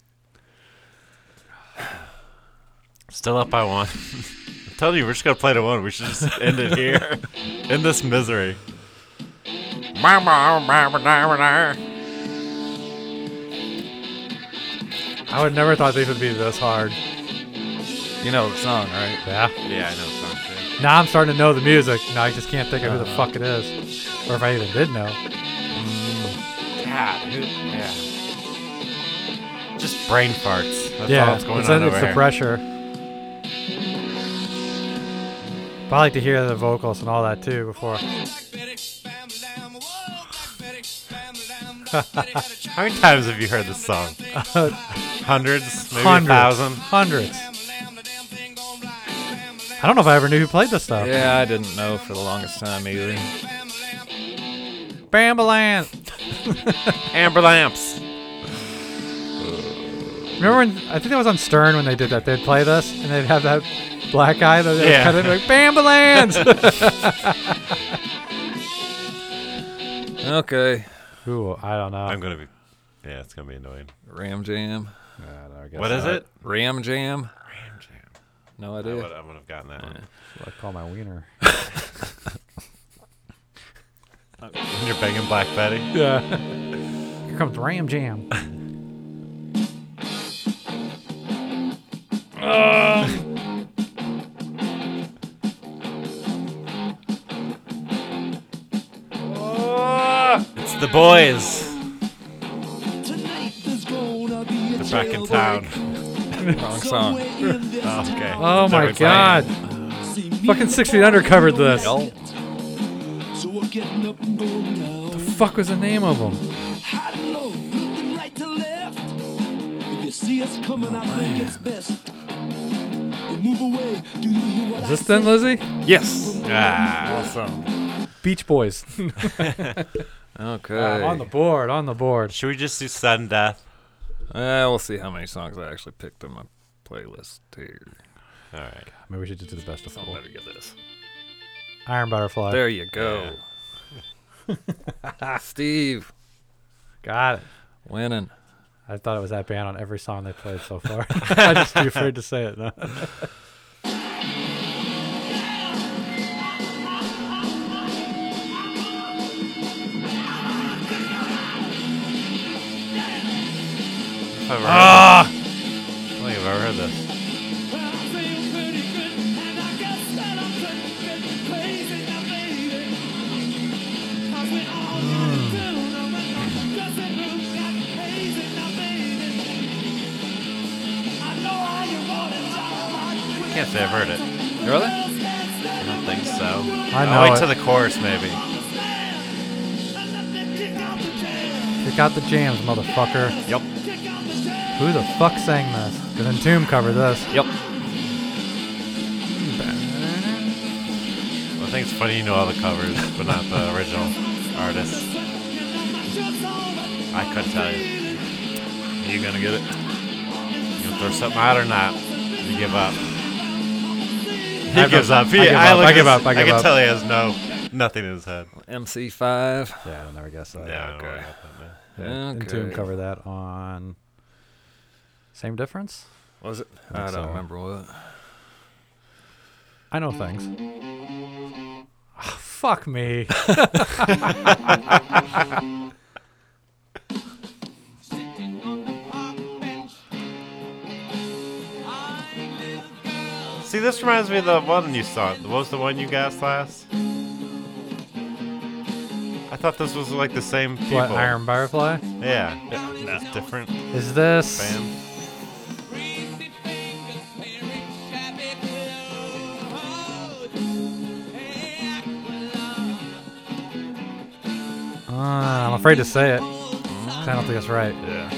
Speaker 2: *sighs* Still up by one. *laughs* I'm telling you, we're just gonna play to one. We should just end it here, in this misery. I
Speaker 1: I would never thought these would be this hard.
Speaker 5: You know the song, right?
Speaker 1: Yeah.
Speaker 2: Yeah, I know the song too.
Speaker 1: Now I'm starting to know the music. Now I just can't think of who the fuck it is, or if I even did know.
Speaker 2: God, who, yeah. Just brain farts. That's all that's going
Speaker 1: it's,
Speaker 2: on
Speaker 1: it's
Speaker 2: over
Speaker 1: the
Speaker 2: here.
Speaker 1: pressure. But I like to hear the vocals and all that too before.
Speaker 2: *laughs* How many times have you heard this song? Hundreds, maybe
Speaker 1: Hundreds,
Speaker 2: a thousand.
Speaker 1: hundreds. I don't know if I ever knew who played this stuff.
Speaker 5: Yeah, I didn't know for the longest time either.
Speaker 1: Bambaland.
Speaker 2: Amber lamps.
Speaker 1: Remember when I think that was on Stern when they did that? They'd play this and they'd have that black eye that
Speaker 2: Yeah.
Speaker 1: yeah. cut in like Bambaland.
Speaker 5: Okay.
Speaker 1: Ooh, I don't know.
Speaker 2: I'm gonna be. Yeah, it's gonna be annoying.
Speaker 5: Ram Jam.
Speaker 2: What is it?
Speaker 5: Ram Jam. No
Speaker 2: I
Speaker 5: idea.
Speaker 2: would, I would have gotten that one.
Speaker 1: I call my wiener.
Speaker 2: You're begging Black Betty. *laughs*
Speaker 1: Yeah. Here comes Ram Jam.
Speaker 2: It's the boys. They're back in town.
Speaker 5: Wrong song.
Speaker 2: Oh, *laughs* okay.
Speaker 1: Oh
Speaker 2: They're
Speaker 1: my
Speaker 2: playing.
Speaker 1: god. Fucking Six Feet Under covered this.
Speaker 5: Yup.
Speaker 1: The fuck was the name of them? Oh, Is this then, Lizzie?
Speaker 5: Yes.
Speaker 2: Ah,
Speaker 5: Awesome.
Speaker 1: Beach Boys.
Speaker 5: Okay.
Speaker 1: Uh, on the board, on the board.
Speaker 2: should we just do sudden death?
Speaker 5: Uh, we'll see how many songs I actually picked on my playlist here.
Speaker 2: All right.
Speaker 1: Maybe we should just do the best of
Speaker 5: I'll
Speaker 1: all.
Speaker 5: never get this.
Speaker 1: Iron Butterfly.
Speaker 5: There you go. *laughs* Steve
Speaker 1: Got it.
Speaker 5: winning.
Speaker 1: I thought it was that band on every song they played so *laughs* far. I'm just too afraid to say it. *laughs* No.
Speaker 2: If I've ah! I don't think I've ever heard this.
Speaker 1: Hmm.
Speaker 2: Can't say I've heard it.
Speaker 5: Really?
Speaker 2: I don't think so.
Speaker 1: I know
Speaker 2: I'll wait
Speaker 1: it.
Speaker 2: till the chorus, maybe.
Speaker 1: Kick out the jams, motherfucker.
Speaker 5: Yep.
Speaker 1: Who the fuck sang this? Did Entomb cover this?
Speaker 5: Yep.
Speaker 2: Well, I think it's funny you know all the covers, but not the original artist. I couldn't tell you.
Speaker 5: You gonna get it?
Speaker 2: You gonna throw something out or not? You give up. He
Speaker 1: I
Speaker 2: gives
Speaker 1: give up.
Speaker 2: up. He,
Speaker 1: I give up. I give up.
Speaker 2: look at-
Speaker 1: I give
Speaker 2: can
Speaker 1: up.
Speaker 2: tell he has no nothing in his head.
Speaker 5: MC5.
Speaker 1: Yeah, I'll never guess that.
Speaker 2: Yeah,
Speaker 5: okay.
Speaker 2: okay.
Speaker 1: Entomb
Speaker 5: Okay.
Speaker 1: cover that on. Same difference?
Speaker 5: Was it? I don't
Speaker 1: so.
Speaker 5: remember what.
Speaker 1: I know things. Ah, fuck me.
Speaker 2: See, this reminds me of the one you saw. What was the one you guessed last? I thought this was like the same people.
Speaker 1: what, Iron Firefly?
Speaker 2: Yeah. It's different
Speaker 1: Is this.
Speaker 2: band.
Speaker 1: Uh, I'm afraid to say it. 'cause I don't think that's right.
Speaker 5: Yeah.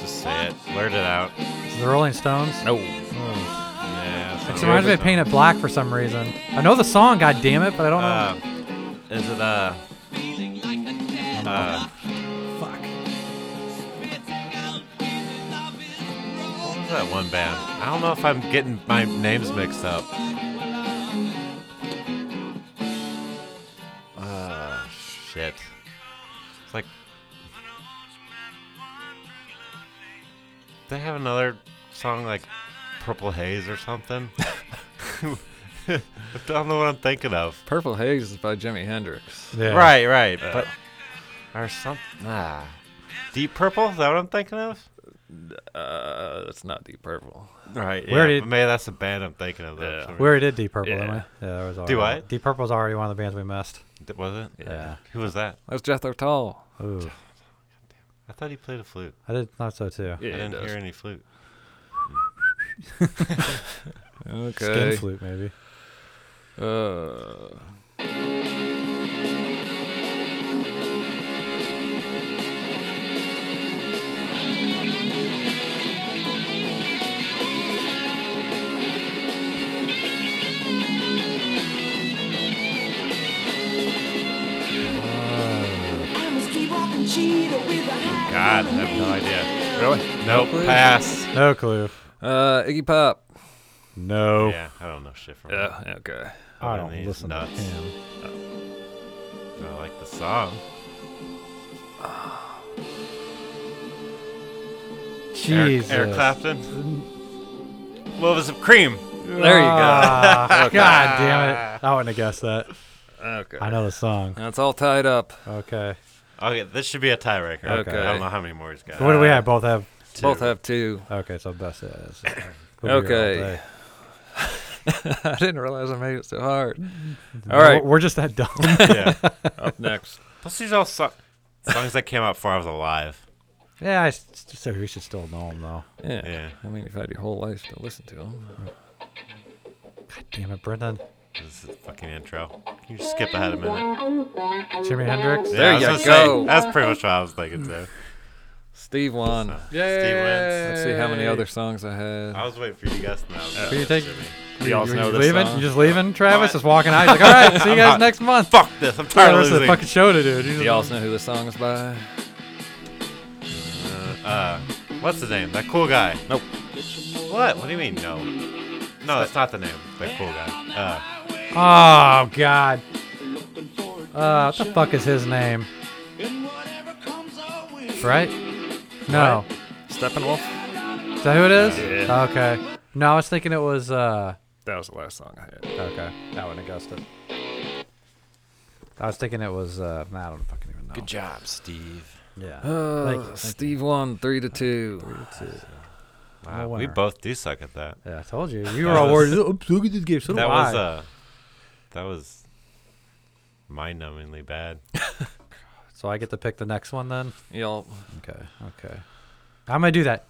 Speaker 2: Just say it. Blurt it out.
Speaker 1: Is it the Rolling Stones?
Speaker 5: No.
Speaker 2: Yeah.
Speaker 1: It
Speaker 2: sounds
Speaker 1: reminds me
Speaker 2: good.
Speaker 1: of Painted Black for some reason. I know the song, god damn it, but I don't know.
Speaker 2: Uh, is it uh? uh
Speaker 1: fuck.
Speaker 2: what was that one band? I don't know if I'm getting my names mixed up. Uh, shit. It's like they have another song like Purple Haze or something. *laughs* I don't know what I'm thinking of.
Speaker 5: Purple Haze is by Jimi Hendrix.
Speaker 1: Yeah.
Speaker 2: Right, right. but or something. Ah. Deep Purple? Is that what I'm thinking of?
Speaker 5: Uh, that's not Deep Purple.
Speaker 2: Right.
Speaker 1: Where
Speaker 2: yeah,
Speaker 1: did-
Speaker 2: but maybe that's the band I'm thinking of. though,
Speaker 5: Yeah.
Speaker 2: for some
Speaker 1: We already did Deep Purple,
Speaker 5: Yeah.
Speaker 1: didn't we? Yeah, that was already.
Speaker 2: Do I?
Speaker 1: Deep Purple's already one of the bands we missed.
Speaker 2: reason. Th- Was it?
Speaker 1: Yeah.
Speaker 2: Who was that?
Speaker 5: That's Jethro Tull.
Speaker 1: Ooh.
Speaker 2: I thought he played a flute.
Speaker 1: I did thought so too.
Speaker 5: Yeah,
Speaker 2: I didn't
Speaker 5: it does.
Speaker 2: hear any flute.
Speaker 5: Okay.
Speaker 1: Skin flute, maybe.
Speaker 5: Uh,
Speaker 2: God, I have no idea.
Speaker 5: really?
Speaker 2: Nope.
Speaker 5: clue?
Speaker 2: Pass.
Speaker 1: No clue.
Speaker 5: Uh, Iggy Pop.
Speaker 1: No.
Speaker 2: Yeah, I don't know shit from
Speaker 5: Yeah. Okay.
Speaker 1: I
Speaker 2: other than
Speaker 1: don't
Speaker 2: he's
Speaker 1: listen
Speaker 2: nuts.
Speaker 1: to him.
Speaker 2: I like the song.
Speaker 1: Jesus.
Speaker 2: Eric, Eric Clapton. Well, was cream.
Speaker 5: There you go.
Speaker 1: Ah, God damn it. I wouldn't have guessed that.
Speaker 5: Okay.
Speaker 1: I know the song.
Speaker 5: That's all tied up.
Speaker 1: Okay.
Speaker 2: Okay, this should be a tiebreaker.
Speaker 5: Okay.
Speaker 2: I don't know how many more he's got.
Speaker 1: So what do we have? Both have.
Speaker 5: Both have two. *laughs*
Speaker 1: Okay, so uh, best is.
Speaker 5: Okay. I didn't realize I made it
Speaker 1: *laughs*
Speaker 5: so hard.
Speaker 1: All
Speaker 5: All right.
Speaker 1: We're just that
Speaker 5: *laughs*
Speaker 1: dumb.
Speaker 2: *laughs*
Speaker 1: *laughs*
Speaker 2: yeah.
Speaker 5: Up next.
Speaker 2: Plus, these are all so- songs that came out before I was alive.
Speaker 1: yeah, I s- so we should still know him, though.
Speaker 5: Yeah.
Speaker 2: Yeah.
Speaker 5: I mean, you've had your whole life to listen to them.
Speaker 1: God damn it, Brendan.
Speaker 2: This is the fucking intro. Can you just skip ahead a minute?
Speaker 1: Jimi Hendrix.
Speaker 5: There
Speaker 2: I was
Speaker 5: ya
Speaker 2: gonna say,
Speaker 5: go.
Speaker 2: that's pretty much what I was thinking too.
Speaker 5: Steve won.
Speaker 2: Yay.
Speaker 5: Let's see how many other songs I had.
Speaker 2: I was waiting for you to guess now.
Speaker 1: Can you take.
Speaker 5: We all
Speaker 1: you
Speaker 5: know
Speaker 1: just
Speaker 5: this
Speaker 1: leaving?
Speaker 5: song.
Speaker 1: You just leaving? Travis
Speaker 2: What?
Speaker 1: is walking out. He's like, all right, see you guys
Speaker 2: not-
Speaker 1: next month.
Speaker 2: Fuck this! I'm
Speaker 1: Yeah, the
Speaker 2: tired of
Speaker 1: rest of the
Speaker 2: losing.
Speaker 1: fucking show to do.
Speaker 5: Do
Speaker 1: dude.
Speaker 5: y'all know who the song is by?
Speaker 2: Uh, what's the name? That cool guy.
Speaker 5: Nope.
Speaker 2: What? What do you mean? No. No, that's not the name. That cool guy. Uh,
Speaker 1: Oh God. Uh, what the fuck is his name? Right? No.
Speaker 5: Steppenwolf?
Speaker 1: Is that who it is? Okay. No, I was thinking it was. uh
Speaker 5: That was the last song I had.
Speaker 1: Okay. I wouldn't have guessed it. I was thinking it was. uh nah, I don't fucking even know. Good job, Steve.
Speaker 2: *sighs*
Speaker 1: Yeah.
Speaker 5: Uh,
Speaker 1: Thank you, thank
Speaker 5: Steve won three to two.
Speaker 2: Uh, wow,
Speaker 1: No
Speaker 2: we
Speaker 1: winner.
Speaker 2: both do suck at that.
Speaker 1: Yeah, I told you. You were all worried. Oops, look at this game. So do
Speaker 2: That was
Speaker 1: I."
Speaker 2: uh, that was mind-numbingly bad.
Speaker 1: so I get to pick the next one then.
Speaker 5: Y'all,
Speaker 1: Okay. Okay. I'm gonna do that.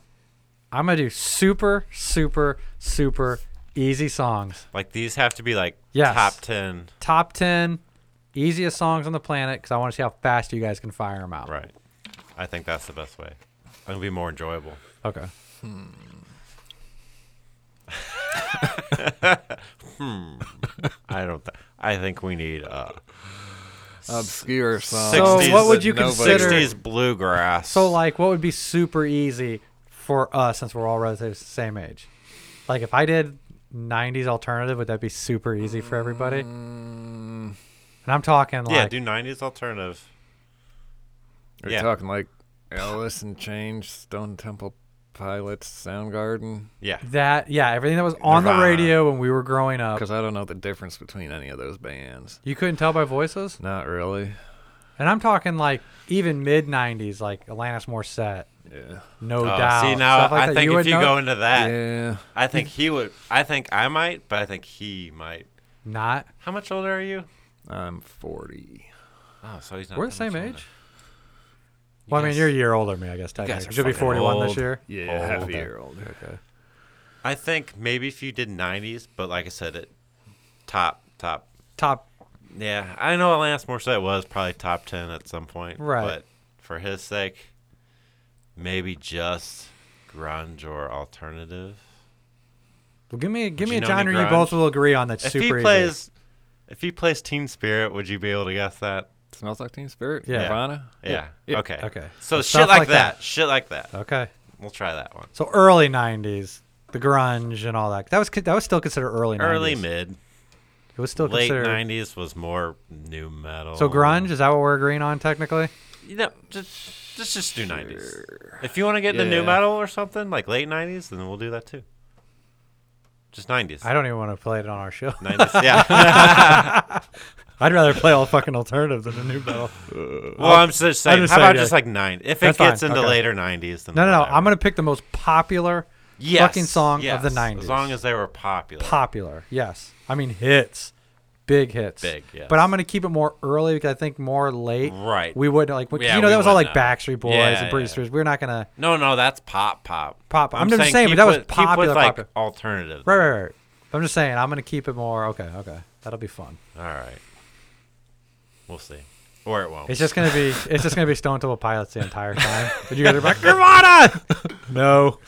Speaker 1: I'm gonna do super, super, super Easy songs.
Speaker 2: Like these have to be like
Speaker 1: Yes.
Speaker 2: top ten.
Speaker 1: Top 10 easiest songs on the planet because I want to see how fast you guys can fire them out.
Speaker 2: Right. I think that's the best way. It'll be more enjoyable.
Speaker 1: Okay.
Speaker 2: I don't. Th- I think we need uh,
Speaker 5: Obscure song.
Speaker 1: So what would
Speaker 5: that
Speaker 1: you
Speaker 5: nobody-
Speaker 1: consider-
Speaker 2: '60s bluegrass.
Speaker 1: So, like, what would be super easy for us since we're all relatively the same age? Like, if I did 90s alternative, would that be super easy for everybody? And I'm talking
Speaker 2: Mm. yeah,
Speaker 1: like,
Speaker 2: do '90s alternative.
Speaker 5: Are you
Speaker 2: Yeah.
Speaker 5: talking like Alice in Chains, Stone Temple Pilots, Soundgarden?
Speaker 2: Yeah,
Speaker 1: that, yeah, everything that was on the
Speaker 2: Nirvana.
Speaker 1: radio when we were growing up.
Speaker 5: Because I don't know the difference between any of those bands.
Speaker 1: You couldn't tell by voices?
Speaker 5: Not really.
Speaker 1: And I'm talking like even mid 90s, like Alanis Morissette,
Speaker 5: Yeah.
Speaker 1: No
Speaker 2: Oh,
Speaker 1: Doubt.
Speaker 2: see now,
Speaker 1: stuff like
Speaker 2: I
Speaker 1: that.
Speaker 2: think
Speaker 1: would
Speaker 2: if you
Speaker 1: know-
Speaker 2: go into
Speaker 1: Uh,
Speaker 2: that,
Speaker 5: Yeah.
Speaker 2: I think he would. I think I might, but I think he might.
Speaker 1: Not.
Speaker 2: How much older are you?
Speaker 5: I'm 40.
Speaker 2: Oh, so he's not.
Speaker 1: We're the
Speaker 2: that
Speaker 1: same
Speaker 2: much
Speaker 1: age.
Speaker 2: older.
Speaker 1: Well, I mean,
Speaker 2: guys-
Speaker 1: you're a year older than me, I guess.
Speaker 2: guys
Speaker 1: Technically,
Speaker 2: are
Speaker 1: you'll be
Speaker 2: fucking
Speaker 1: 41 this
Speaker 2: old.
Speaker 1: year.
Speaker 5: Yeah, half
Speaker 2: Older.
Speaker 5: a year older. Okay.
Speaker 2: I think maybe if you did '90s, but like I said, it top top.
Speaker 1: Top.
Speaker 2: Yeah, I know Alanis Morissette was probably top ten at some point.
Speaker 1: Right.
Speaker 2: But for his sake, maybe just grunge or alternative.
Speaker 1: Well, give me, give
Speaker 2: Do
Speaker 1: me
Speaker 2: you
Speaker 1: a
Speaker 2: know
Speaker 1: genre
Speaker 2: any
Speaker 1: you
Speaker 2: grunge?
Speaker 1: both will agree on that's
Speaker 2: If
Speaker 1: super
Speaker 2: he plays, if he plays Teen Spirit, would you be able to guess that?
Speaker 5: Smells like Teen Spirit?
Speaker 1: Yeah.
Speaker 5: Nirvana?
Speaker 2: Yeah.
Speaker 5: Yeah.
Speaker 2: Okay.
Speaker 1: Okay.
Speaker 2: So
Speaker 1: Stuff
Speaker 2: shit like,
Speaker 1: like that.
Speaker 2: that. Shit like that.
Speaker 1: easy. Okay.
Speaker 2: We'll try that one.
Speaker 1: So early 90s, the grunge and all that. That was con- that was still considered early 90s.
Speaker 2: Early mid,
Speaker 1: It was still
Speaker 2: late
Speaker 1: considered.
Speaker 2: '90s was more new metal.
Speaker 1: So grunge, is that what we're agreeing on technically?
Speaker 2: You know, just just just do '90s. If you want to get into new
Speaker 5: Yeah.
Speaker 2: metal or something like late '90s, then we'll do that too. Just '90s.
Speaker 1: I
Speaker 2: *laughs*
Speaker 1: don't even want to play it on our show.
Speaker 2: 90s, yeah.
Speaker 1: *laughs* I'd rather play all fucking alternative than the new metal.
Speaker 2: well, I'm just saying.
Speaker 1: just
Speaker 2: how
Speaker 1: saying,
Speaker 2: about
Speaker 1: yeah.
Speaker 2: just like nine? If
Speaker 1: That's
Speaker 2: it gets
Speaker 1: fine,
Speaker 2: into
Speaker 1: okay.
Speaker 2: later '90s, then
Speaker 1: No, no, no.
Speaker 2: whatever.
Speaker 1: I'm gonna pick the most popular
Speaker 2: Yes,
Speaker 1: fucking song of
Speaker 2: yes,
Speaker 1: the '90s.
Speaker 2: As long as they were popular.
Speaker 1: popular, yes. I mean hits, big hits,
Speaker 2: Big,
Speaker 1: yeah.
Speaker 2: yes.
Speaker 1: But I'm gonna keep it more early because I think more late,
Speaker 2: Right.
Speaker 1: We wouldn't like,
Speaker 2: Yeah,
Speaker 1: you know, that
Speaker 2: we
Speaker 1: was all like
Speaker 2: wouldn't know.
Speaker 1: Backstreet Boys
Speaker 2: Yeah,
Speaker 1: and Britney
Speaker 2: yeah.
Speaker 1: Spears. We're not gonna
Speaker 2: no, no, that's pop, pop,
Speaker 1: Pop- I'm just saying, but
Speaker 2: keep
Speaker 1: that was
Speaker 2: with- keep with,
Speaker 1: popular,
Speaker 2: like
Speaker 1: popular.
Speaker 2: alternative.
Speaker 1: right, right, right. I'm just saying, I'm gonna keep it more. Okay, okay, that'll be fun.
Speaker 2: All right. We'll see. Or it won't.
Speaker 1: It's just gonna be, it's just gonna be Stone Temple Pilots the entire time. But you guys are like Nirvana. no.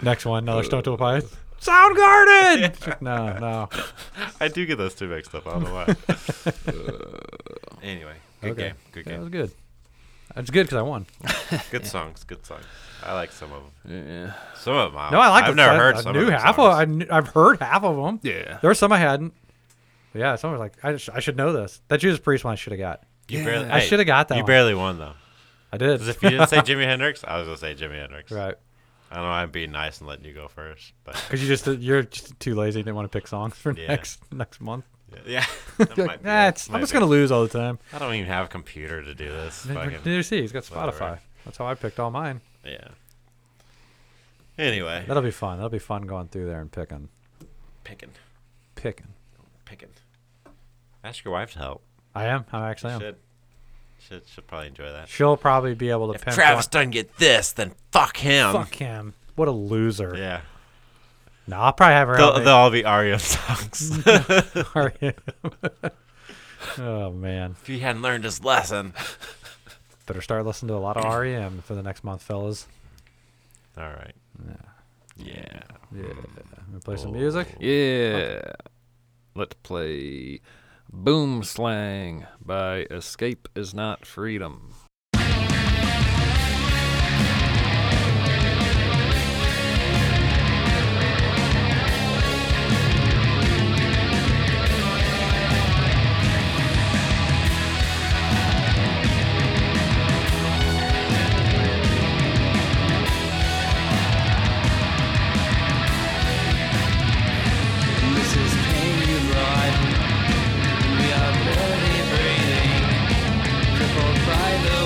Speaker 1: Next one, another Stone Temple Pilots.
Speaker 2: *laughs*
Speaker 1: Soundgarden. no, no.
Speaker 2: I do get those two mixed up. I don't know
Speaker 1: *laughs*
Speaker 2: why. Uh, anyway, good
Speaker 1: Okay.
Speaker 2: game. Good
Speaker 1: That was
Speaker 2: game.
Speaker 1: good. It's good because I won.
Speaker 2: Good songs. Good songs. I like some of them.
Speaker 5: Yeah.
Speaker 2: Some of them. I-
Speaker 1: No, I like.
Speaker 2: I've
Speaker 1: the-
Speaker 2: never
Speaker 1: I,
Speaker 2: heard
Speaker 1: I
Speaker 2: some
Speaker 1: knew
Speaker 2: of them.
Speaker 1: half of. I knew, I've heard half of them.
Speaker 5: Yeah.
Speaker 1: There were some I hadn't. But yeah, some were like, I, sh- I should know this. That Judas Priest one I should have got.
Speaker 2: you barely,
Speaker 1: I shoulda got that
Speaker 2: You
Speaker 1: one.
Speaker 2: barely won though.
Speaker 1: I did.
Speaker 2: 'Cause if you didn't say Jimi Hendrix, I was gonna say Jimi
Speaker 1: *laughs*
Speaker 2: Hendrix.
Speaker 1: right.
Speaker 2: I know I'm being nice and letting you go first, but
Speaker 1: *laughs* Because you just uh, you're just too lazy. You didn't want to pick songs for
Speaker 2: Yeah.
Speaker 1: next *laughs* next month.
Speaker 2: yeah, that might be
Speaker 1: Nah,
Speaker 2: it.
Speaker 1: it's, I'm
Speaker 2: Might
Speaker 1: just
Speaker 2: be
Speaker 1: gonna lose all the time.
Speaker 2: it. I don't even have a computer to do this.
Speaker 1: Neither
Speaker 2: fucking-
Speaker 1: neither see. He's got Spotify.
Speaker 2: whatever.
Speaker 1: That's how I picked all mine.
Speaker 2: yeah. Anyway,
Speaker 1: That'll be fun. That'll be fun going through there and picking,
Speaker 2: picking,
Speaker 1: picking.
Speaker 2: picking. Ask your wife to help.
Speaker 1: I am. I actually am.
Speaker 2: Should, should should probably enjoy that.
Speaker 1: She'll probably be able to
Speaker 2: If
Speaker 1: pinpoint-
Speaker 2: Travis doesn't get this, then fuck him.
Speaker 1: Fuck him. What a loser.
Speaker 2: Yeah,
Speaker 1: No, I'll probably have her.
Speaker 2: they'll,
Speaker 1: help me.
Speaker 2: they'll all be
Speaker 1: *laughs*
Speaker 2: REM songs.
Speaker 1: Are you? *laughs* oh man,
Speaker 2: if he hadn't learned his lesson.
Speaker 1: better start listening to a lot of REM for the next month, fellas.
Speaker 2: All right. Yeah.
Speaker 1: Yeah, Wanna play
Speaker 2: Oh.
Speaker 1: some music.
Speaker 5: Yeah. Let's play Boom Slang by Escape is Not Freedom.
Speaker 7: Mrs. Payne, you brought. We are barely breathing, crippled by the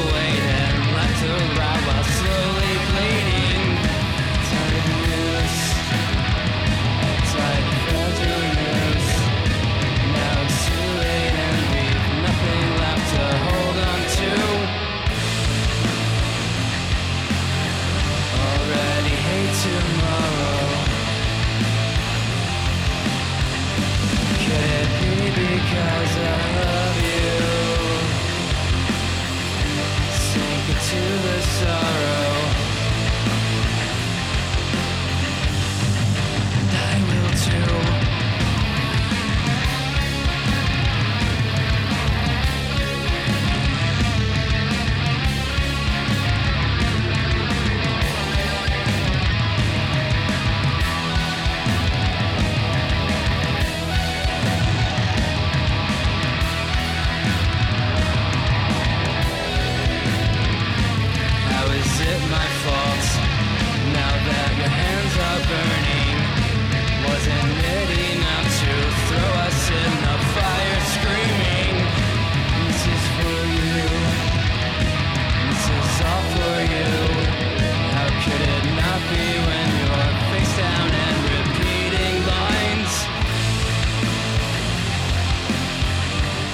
Speaker 7: because I love you. Sink into the sorrow. And I will too. How is it my fault? Now that your hands are burning, wasn't it enough to throw us in the fire screaming? This is for you. This is all for you. How could it not be when you're face down and repeating lines?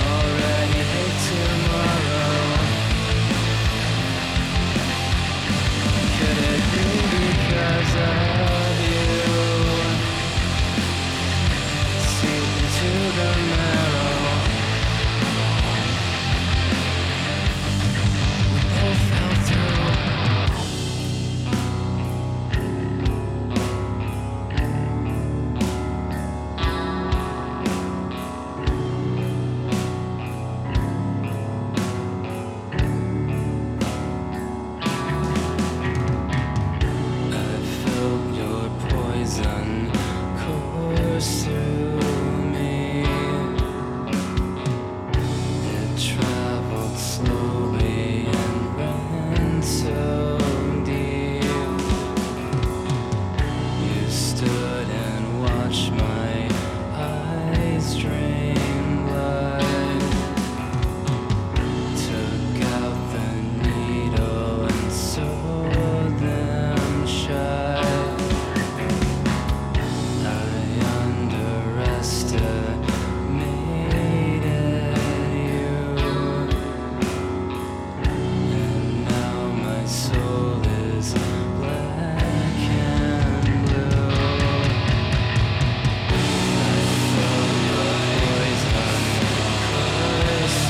Speaker 7: Already hate tomorrow. Could it be because of you? Sink into the marrow. We both fell through. I felt your poison course through me. It traveled slowly and ran so deep. You stood and watched my eyes drain blood. Took out the needle and sold them shut. I underestimated you, and now my soul is black and blue. I felt your poison course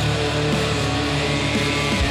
Speaker 7: through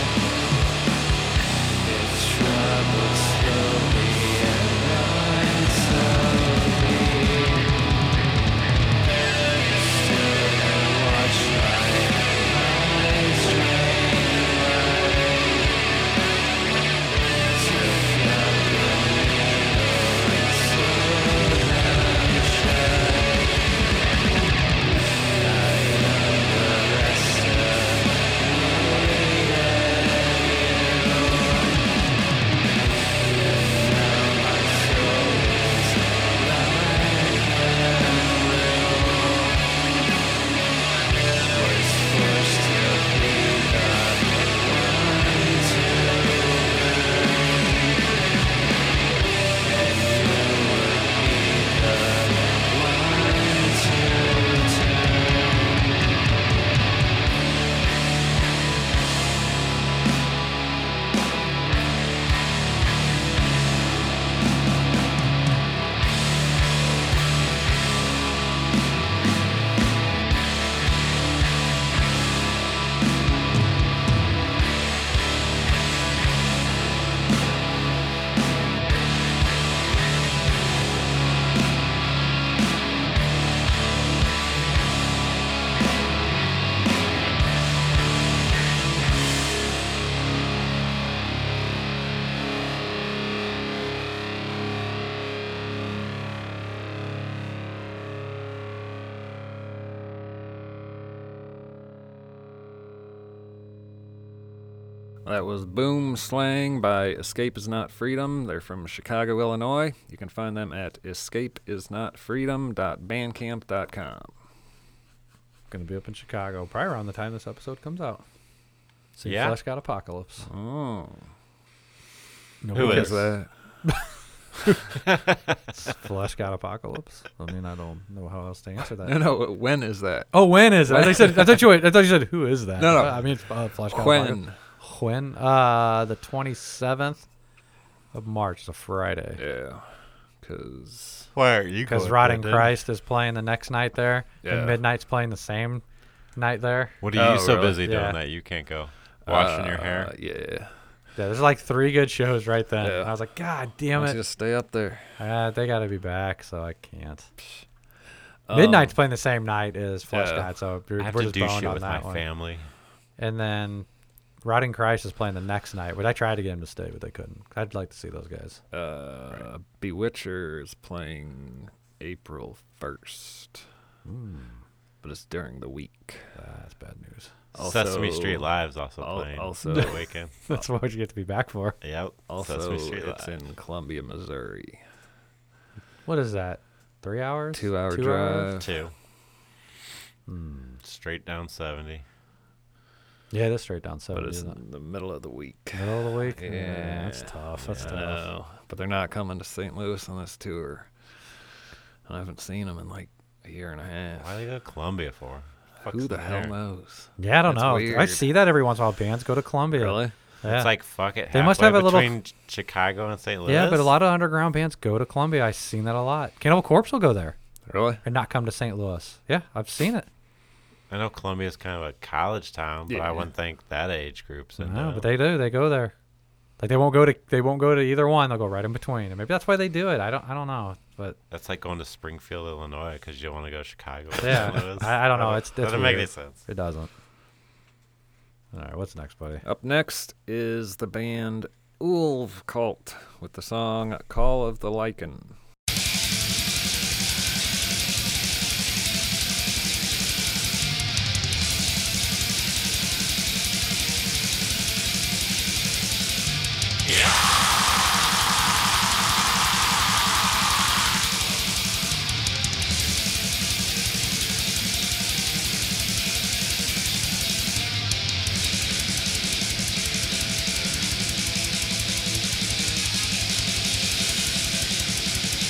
Speaker 5: That was Boom Slang by Escape Is Not Freedom. They're from Chicago, Illinois. You can find them at escapeisnotfreedom.bandcamp.com.
Speaker 1: Going to be up in Chicago probably around the time this episode comes out. See
Speaker 2: Yeah.
Speaker 1: Flesh Got Apocalypse.
Speaker 5: Oh,
Speaker 1: No
Speaker 2: Who
Speaker 1: one
Speaker 2: is?
Speaker 1: cares.
Speaker 5: that?
Speaker 1: Flesh Got Apocalypse. I mean, I don't know how else to answer
Speaker 5: No,
Speaker 1: that.
Speaker 5: no. When is that?
Speaker 1: Oh, when is it? I said, I thought you, I thought you said, who is that?
Speaker 5: No, no.
Speaker 1: I mean, it's uh, Flesh Got Apocalypse.
Speaker 5: When?
Speaker 1: When? Uh, the 27th of March, it's a Friday.
Speaker 5: Yeah, because
Speaker 2: Where are you?
Speaker 1: Because
Speaker 2: going,
Speaker 1: Rotting
Speaker 2: Brendan?
Speaker 1: Christ is playing the next night there,
Speaker 5: Yeah.
Speaker 1: and Midnight's playing the same night there.
Speaker 2: What are you
Speaker 5: Oh,
Speaker 2: so
Speaker 5: really?
Speaker 2: busy doing
Speaker 1: Yeah.
Speaker 2: that you can't go washing your hair?
Speaker 5: Uh, yeah.
Speaker 1: Yeah, there's like three good shows right then.
Speaker 5: Yeah.
Speaker 1: I was like, God
Speaker 5: Why
Speaker 1: damn
Speaker 5: don't you
Speaker 1: it.
Speaker 5: just stay up there?
Speaker 1: Uh, they got to be back, so I can't. Midnight's playing the same night as Flesh
Speaker 5: yeah.
Speaker 1: Night, so we're,
Speaker 2: I have
Speaker 1: we're
Speaker 2: to
Speaker 1: just
Speaker 2: do
Speaker 1: boned
Speaker 2: shit
Speaker 1: on
Speaker 2: with my
Speaker 1: that one.
Speaker 2: family.
Speaker 1: And then Rotting Christ is playing the next night, which I tried to get him to stay, but they couldn't. I'd like to see those guys.
Speaker 5: Uh, Bewitcher is playing April 1st.
Speaker 2: Hmm.
Speaker 5: But it's during the week.
Speaker 1: Uh, that's bad news.
Speaker 2: Sesame Street Live's also
Speaker 5: al-
Speaker 2: playing
Speaker 5: also-
Speaker 2: that weekend.
Speaker 1: *laughs* That's what you get to be back for.
Speaker 2: Yep.
Speaker 5: Also,
Speaker 2: Sesame Street
Speaker 5: it's
Speaker 2: Live.
Speaker 5: in Columbia, Missouri.
Speaker 1: What is that? Three hours?
Speaker 5: Two-hour
Speaker 1: hours?
Speaker 5: drive.
Speaker 2: two. Hmm, Straight down seventy.
Speaker 1: Yeah, that's straight down
Speaker 5: But
Speaker 1: seven.
Speaker 5: it's
Speaker 1: Isn't it?
Speaker 5: in the middle of the week.
Speaker 2: Oh,
Speaker 1: Middle of the week.
Speaker 5: Yeah,
Speaker 1: that's tough. That's
Speaker 5: I
Speaker 1: tough.
Speaker 5: know, but they're not coming to St. Louis on this tour. I haven't seen them in like a year and a half.
Speaker 2: Why do they go to Columbia for? Fuck's
Speaker 5: Who the
Speaker 2: in
Speaker 5: hell
Speaker 2: there?
Speaker 5: knows?
Speaker 1: Yeah, I don't
Speaker 5: That's
Speaker 1: know. I
Speaker 5: weird.
Speaker 1: see that every once in a while. Bands go to Columbia.
Speaker 5: Really?
Speaker 1: Yeah.
Speaker 2: It's like fuck it.
Speaker 1: They must
Speaker 2: halfway
Speaker 1: have a little-
Speaker 2: between Ch- Chicago and St. Louis.
Speaker 1: yeah, but a lot of underground bands go to Columbia. I've seen that a lot. Cannibal Corpse will go there
Speaker 5: Really?
Speaker 1: and not come to St. Louis. Yeah, I've seen it.
Speaker 2: I know Columbia's kind of a college town, but
Speaker 5: Yeah.
Speaker 2: I wouldn't think that age group's in
Speaker 1: No,
Speaker 2: there.
Speaker 1: but they do. They go there. Like they won't go to they won't go to either one. They'll go right in between. And maybe that's why they do it. I don't I don't know. But
Speaker 2: That's like going to Springfield, Illinois, because you don't want to go to Chicago. or
Speaker 1: Yeah.
Speaker 2: St. Louis.
Speaker 1: I- I don't know. It's- it's
Speaker 2: doesn't make any
Speaker 1: weird.
Speaker 2: sense.
Speaker 1: it doesn't. All right, what's next, buddy?
Speaker 5: Up next is the band Ulv Cult with the song Call of the Lycan.
Speaker 8: Thank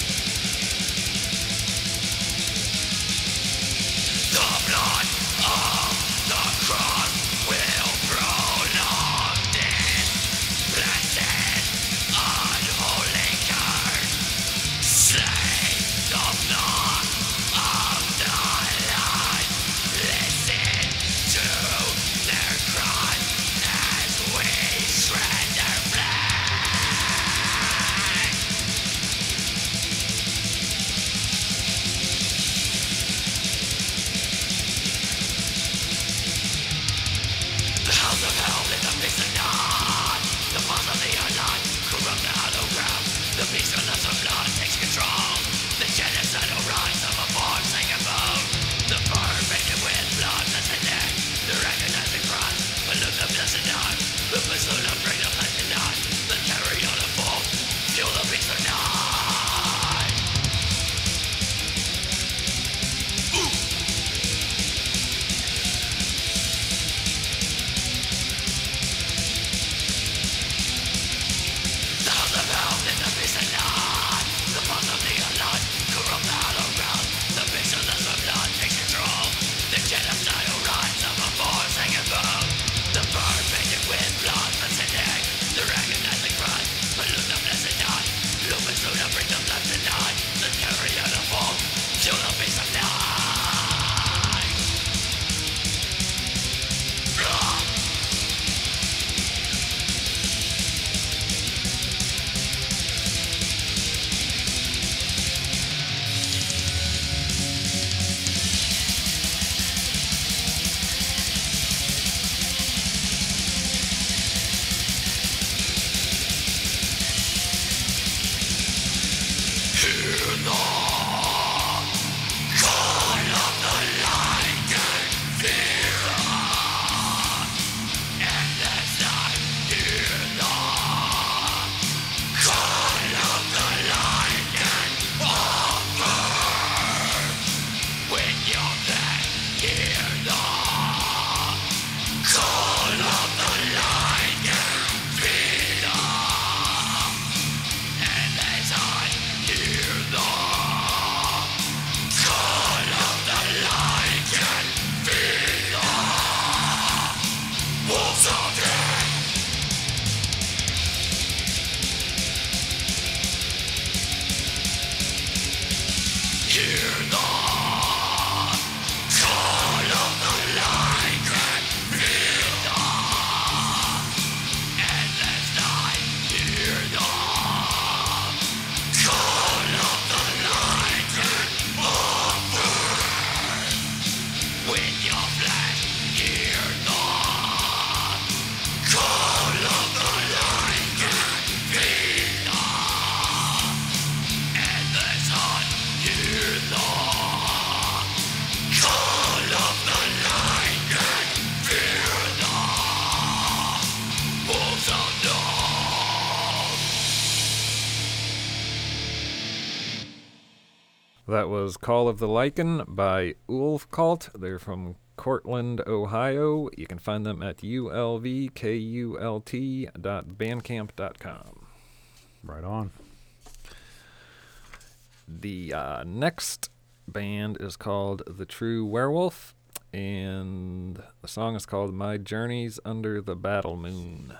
Speaker 5: That was Call of the Lichen by Ulfkalt. They're from Cortland, Ohio. You can find them at ulvkult.bandcamp.com.
Speaker 1: Right on.
Speaker 5: The uh, next band is called The True Werewolf, and the song is called My Journeys Under the Battle Moon.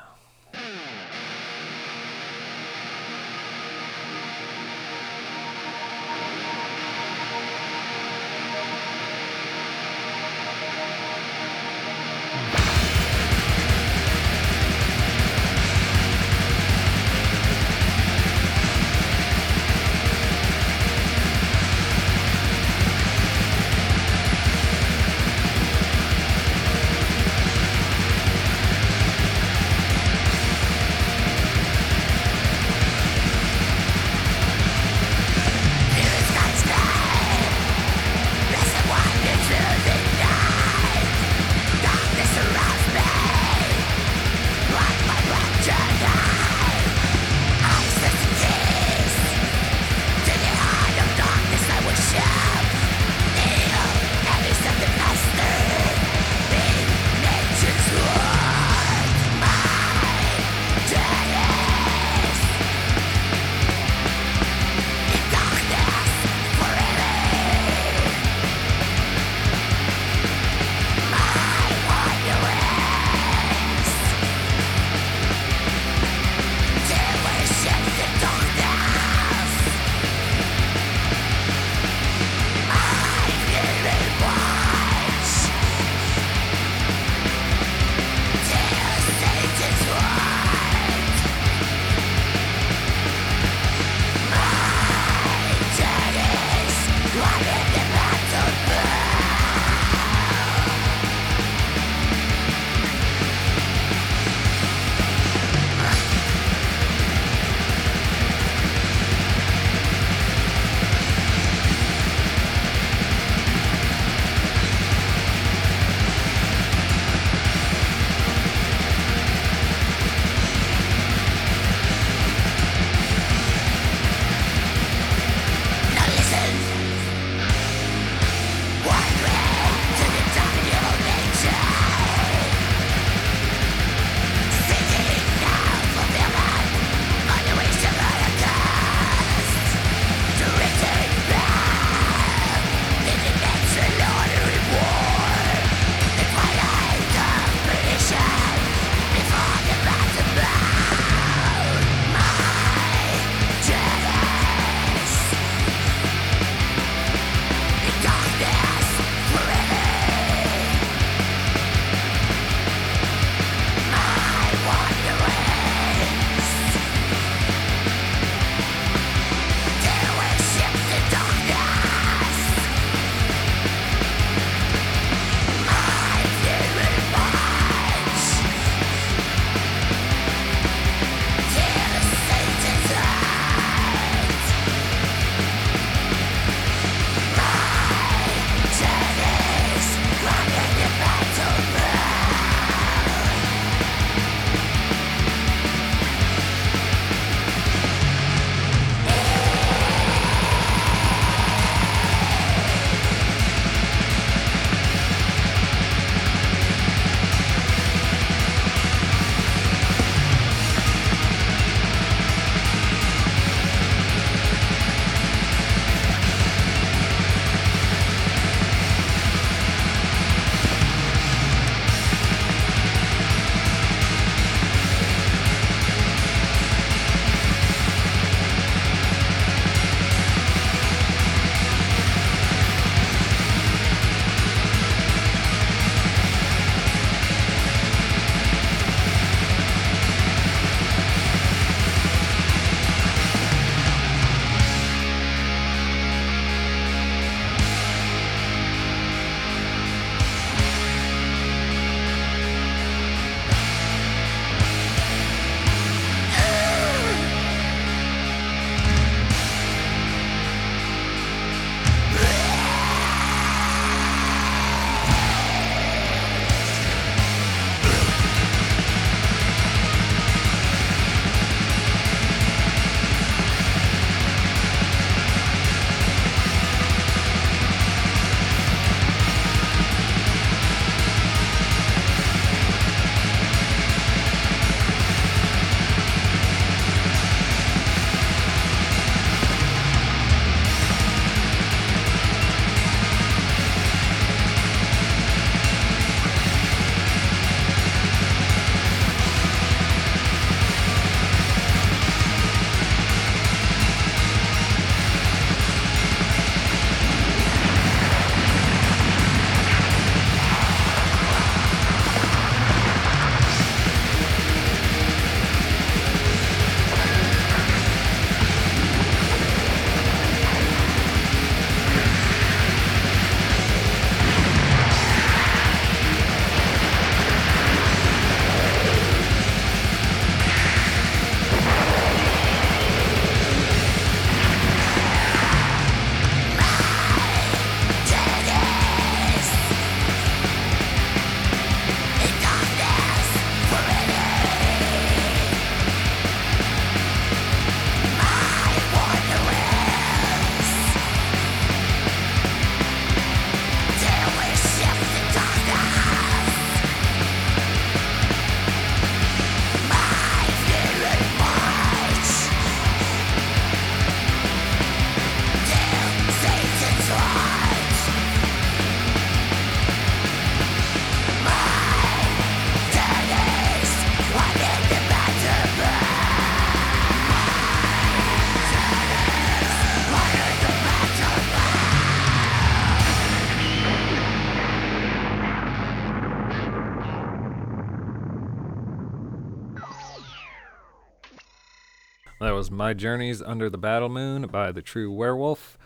Speaker 9: That was My Journeys Under the Battle Moon by The True Werewolf.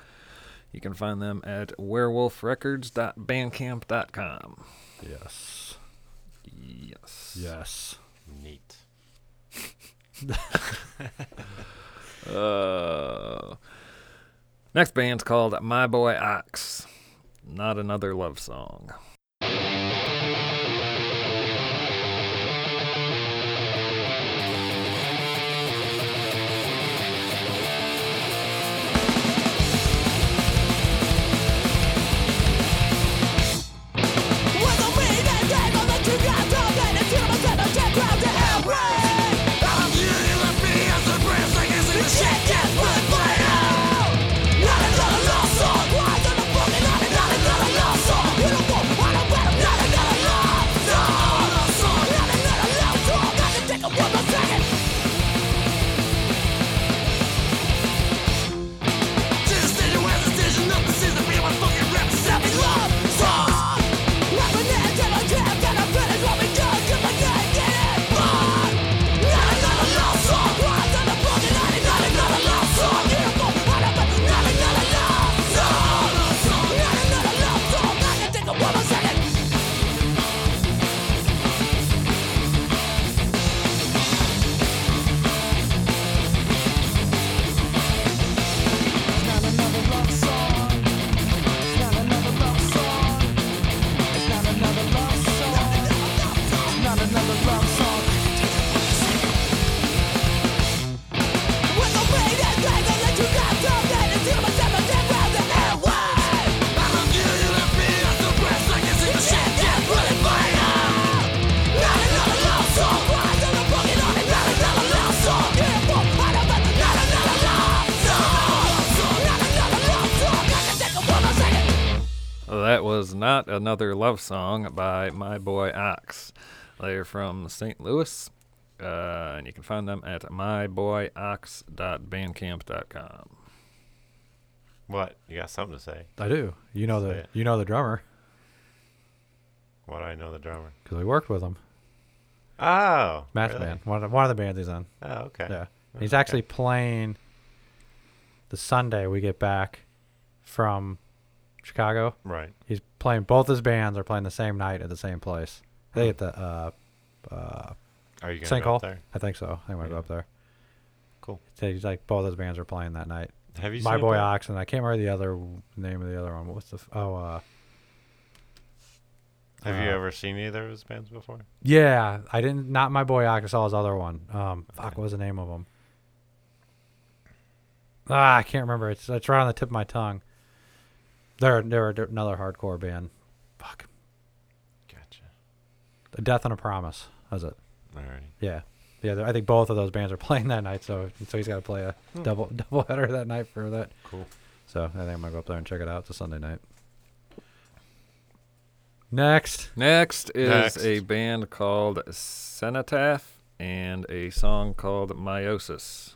Speaker 9: You can find them at werewolfrecords.bandcamp.com.
Speaker 1: Yes.
Speaker 9: Yes.
Speaker 1: Yes.
Speaker 2: Neat.
Speaker 9: Uh, next band's called My Boy Ox. Not another love song. That was Not Another Love Song by My Boy Ox. They're from St. Louis, uh, and you can find them at myboyox.bandcamp.com.
Speaker 2: What? You got something to say?
Speaker 1: I do. You know the
Speaker 2: Say it.
Speaker 1: you know the drummer
Speaker 2: Why do I know the drummer?
Speaker 1: because we worked with him.
Speaker 2: Oh,
Speaker 1: Math
Speaker 2: really?
Speaker 1: band. One of, the, one of the bands he's on.
Speaker 2: Oh, okay.
Speaker 1: Yeah. He's actually playing the Sunday we get back from Chicago.
Speaker 2: Right.
Speaker 1: He's playing both his bands are playing the same night at the same place. They at the uh, uh,
Speaker 2: Are you going to go up
Speaker 1: sinkhole.
Speaker 2: there?
Speaker 1: I think so. I think we're gonna go up there.
Speaker 2: Cool.
Speaker 1: So he's like both his bands are playing that night.
Speaker 2: Have you
Speaker 1: My
Speaker 2: seen
Speaker 1: boy
Speaker 2: that?
Speaker 1: Ox and I can't remember the other w- name of the other one. What's the f- oh uh,
Speaker 2: Have you
Speaker 1: uh,
Speaker 2: ever seen either of his bands before?
Speaker 1: yeah I didn't not my boy Ox I saw his other one. Um, fuck, what was the name of him? Ah, I can't remember. It's it's right on the tip of my tongue. They're they're d- another hardcore band. Fuck,
Speaker 2: Gotcha.
Speaker 1: A Death on a Promise. That's it.
Speaker 2: Alrighty.
Speaker 1: Yeah. Yeah, they're- I think both of those bands are *laughs* playing that night, so so he's got to play a
Speaker 2: Hmm.
Speaker 1: double *laughs* double header that night for that.
Speaker 2: Cool.
Speaker 1: So I think I'm gonna go up there and check it out. It's a Sunday night. Next,
Speaker 9: Next is
Speaker 2: Next.
Speaker 9: a band called Cenotaph and a song called Meiosis.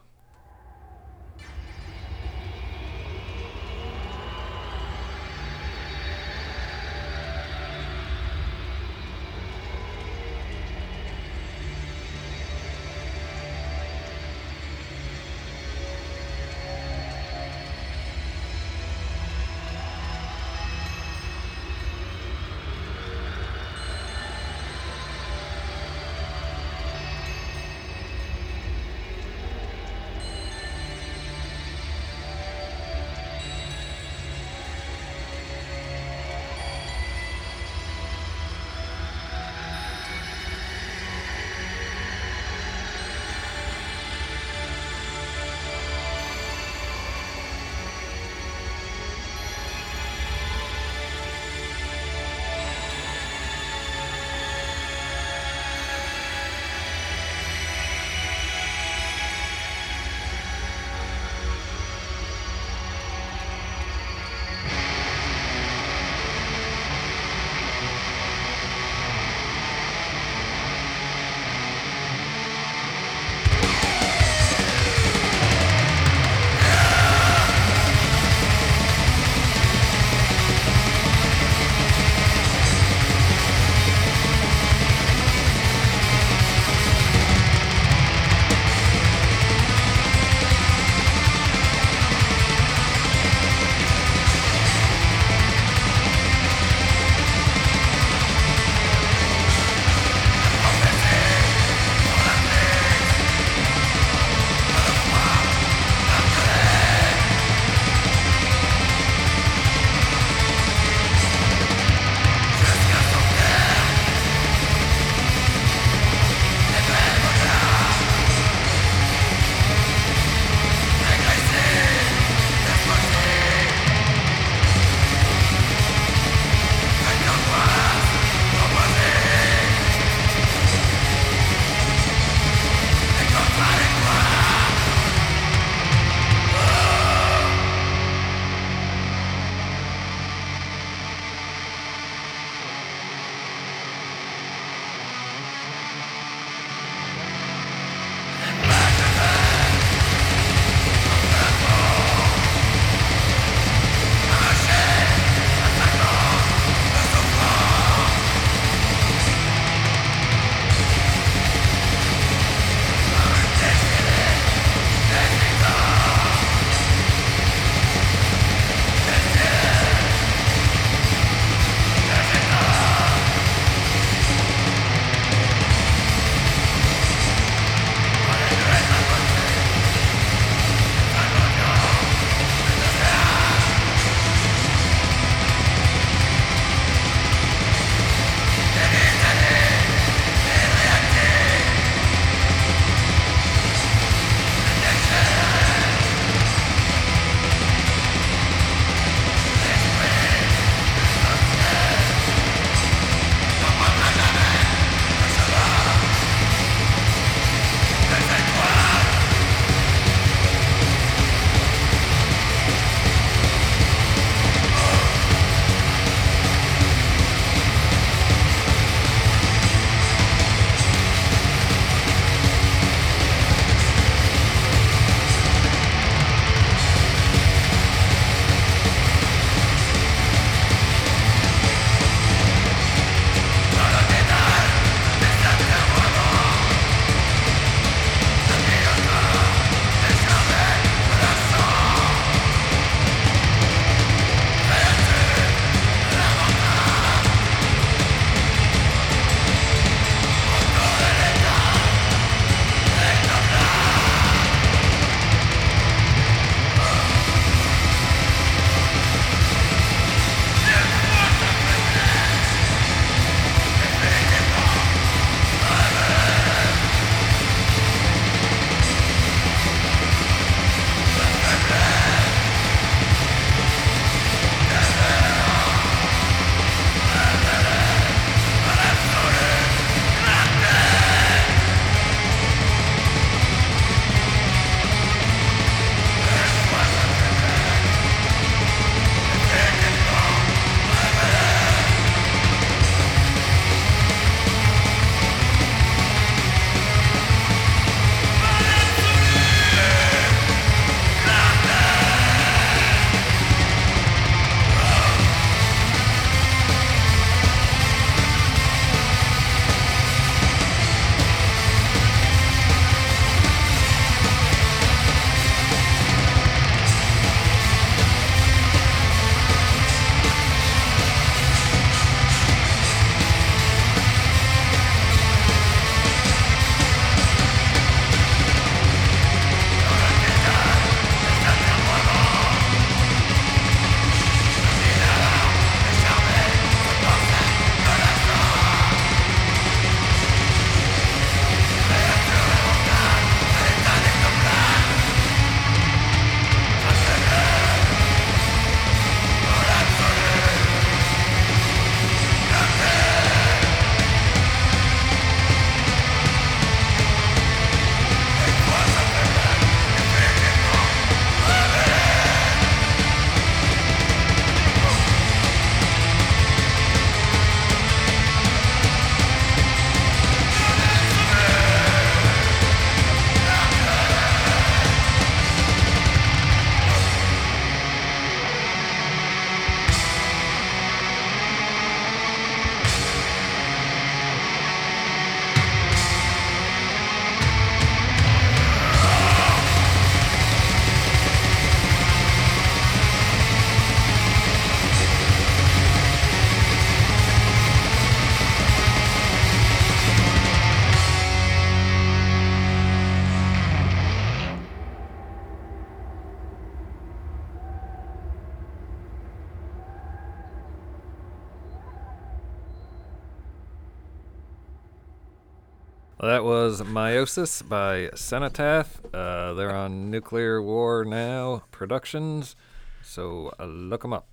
Speaker 5: That was Meiosis by Cenotaph. Uh, they're on Nuclear War Now Productions. So uh, look them up.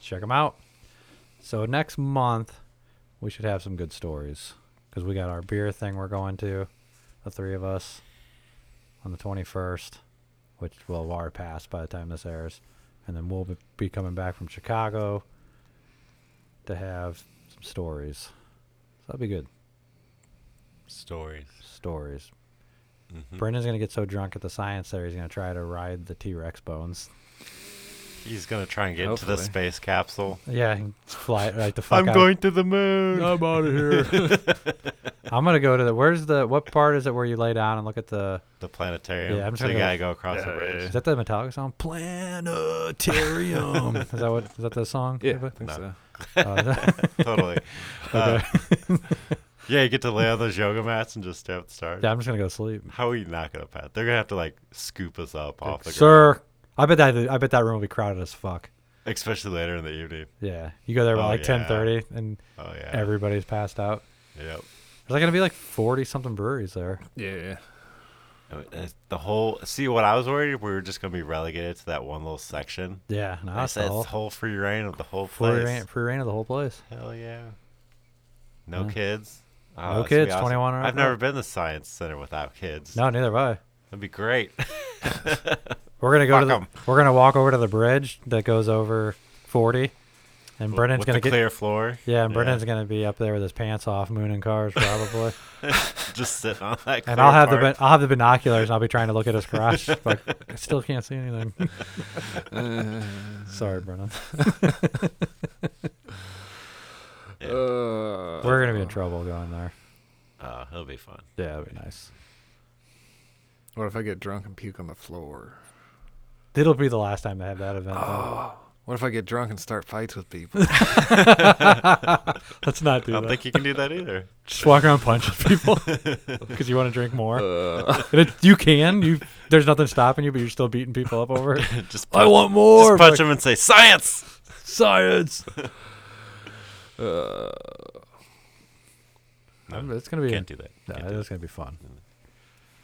Speaker 1: Check them out. So next month, we should have some good stories because we got our beer thing we're going to, the three of us, on the 21st, which will have already passed by the time this airs. And then we'll be- be coming back from Chicago to have some stories. So that'll be good.
Speaker 2: Stories. Mm-hmm.
Speaker 1: Stories.
Speaker 2: Hmm.
Speaker 1: Brendan's going to get so drunk at the science there, he's going to try to ride the T Rex bones.
Speaker 2: He's gonna try and get into the
Speaker 5: Hopefully.
Speaker 2: space capsule.
Speaker 1: Yeah, and fly it right the fuck out.
Speaker 2: to the moon.
Speaker 1: I'm out of here. I'm gonna go to the. Where's the? What part is it where you lay down and look at the?
Speaker 2: The planetarium.
Speaker 1: Yeah, I'm just
Speaker 2: so you
Speaker 1: gonna
Speaker 2: gotta
Speaker 1: go-
Speaker 2: go across the
Speaker 5: Yeah,
Speaker 2: bridge.
Speaker 5: yeah,
Speaker 1: Is that the Metallica song? Planetarium. is that what? Is that the song?
Speaker 5: Yeah,
Speaker 1: *laughs*
Speaker 5: I think
Speaker 2: No.
Speaker 5: so.
Speaker 1: Uh,
Speaker 2: *laughs* totally. Uh, yeah, you get to lay on those yoga mats and just stare at the stars.
Speaker 1: yeah, I'm just gonna go sleep.
Speaker 2: How are you not gonna pat? They're gonna have to like scoop us up off the ground,
Speaker 1: Sir, I bet that I bet that room will be crowded as fuck.
Speaker 2: especially later in the evening.
Speaker 1: Yeah, you go there by
Speaker 2: Oh,
Speaker 1: like
Speaker 2: yeah.
Speaker 1: 10:30 and
Speaker 2: Oh yeah.
Speaker 1: everybody's passed out.
Speaker 2: Yep.
Speaker 1: There's like gonna be like 40 something breweries there.
Speaker 5: Yeah.
Speaker 2: I mean, it's The whole see what I was worried we were just gonna be relegated to that one little section.
Speaker 1: Yeah, no, that's
Speaker 2: That's
Speaker 1: the
Speaker 2: it's
Speaker 1: whole,
Speaker 2: whole free reign of the whole
Speaker 1: free
Speaker 2: place.
Speaker 1: reign, free reign of the whole place.
Speaker 2: Hell yeah. No
Speaker 1: Yeah.
Speaker 2: kids. Oh,
Speaker 1: No
Speaker 2: that's gonna be
Speaker 1: kids, 21 and
Speaker 2: I've
Speaker 1: up.
Speaker 2: never been to science center without kids.
Speaker 1: No, neither have I.
Speaker 2: That'd be great.
Speaker 1: We're gonna go to
Speaker 2: Fuck
Speaker 1: the, we're gonna walk over to the bridge that goes over forty, and Brennan's
Speaker 2: With
Speaker 1: gonna
Speaker 2: the
Speaker 1: get
Speaker 2: clear floor.
Speaker 1: yeah, and Brennan's gonna be up there with his pants off, mooning cars
Speaker 2: *laughs*
Speaker 1: probably,
Speaker 2: just sitting on that.
Speaker 1: and
Speaker 2: clear
Speaker 1: I'll have the
Speaker 2: tarp.
Speaker 1: bin- I'll have the binoculars, and I'll be trying to look at his
Speaker 2: *laughs*
Speaker 1: crotch, but I still can't see anything. Sorry, Brennan.
Speaker 2: Yeah.
Speaker 5: Uh,
Speaker 1: We're gonna be in trouble going there.
Speaker 2: Uh, it'll be fun.
Speaker 1: Yeah, it'd be nice.
Speaker 5: what if I get drunk and puke on the floor?
Speaker 1: It'll be the last time they have that event.
Speaker 2: Oh.
Speaker 1: though.
Speaker 5: What if I get drunk and start fights with
Speaker 1: *laughs*
Speaker 5: people?
Speaker 1: Let's not do that.
Speaker 2: I don't think you can do that
Speaker 1: *laughs*
Speaker 2: either.
Speaker 1: Just walk around punching
Speaker 2: *laughs*
Speaker 1: people because you want to drink more.
Speaker 2: Uh.
Speaker 1: And it, you can. You there's nothing stopping you, but you're still beating people up over
Speaker 2: *laughs*
Speaker 1: it.
Speaker 2: just
Speaker 1: I
Speaker 2: punch-
Speaker 1: want
Speaker 2: Just
Speaker 1: more.
Speaker 2: punch him and say science.
Speaker 1: science.
Speaker 2: No,
Speaker 1: it's gonna be
Speaker 2: Can't do that.
Speaker 1: No,
Speaker 2: Can't do
Speaker 1: it's gonna be fun.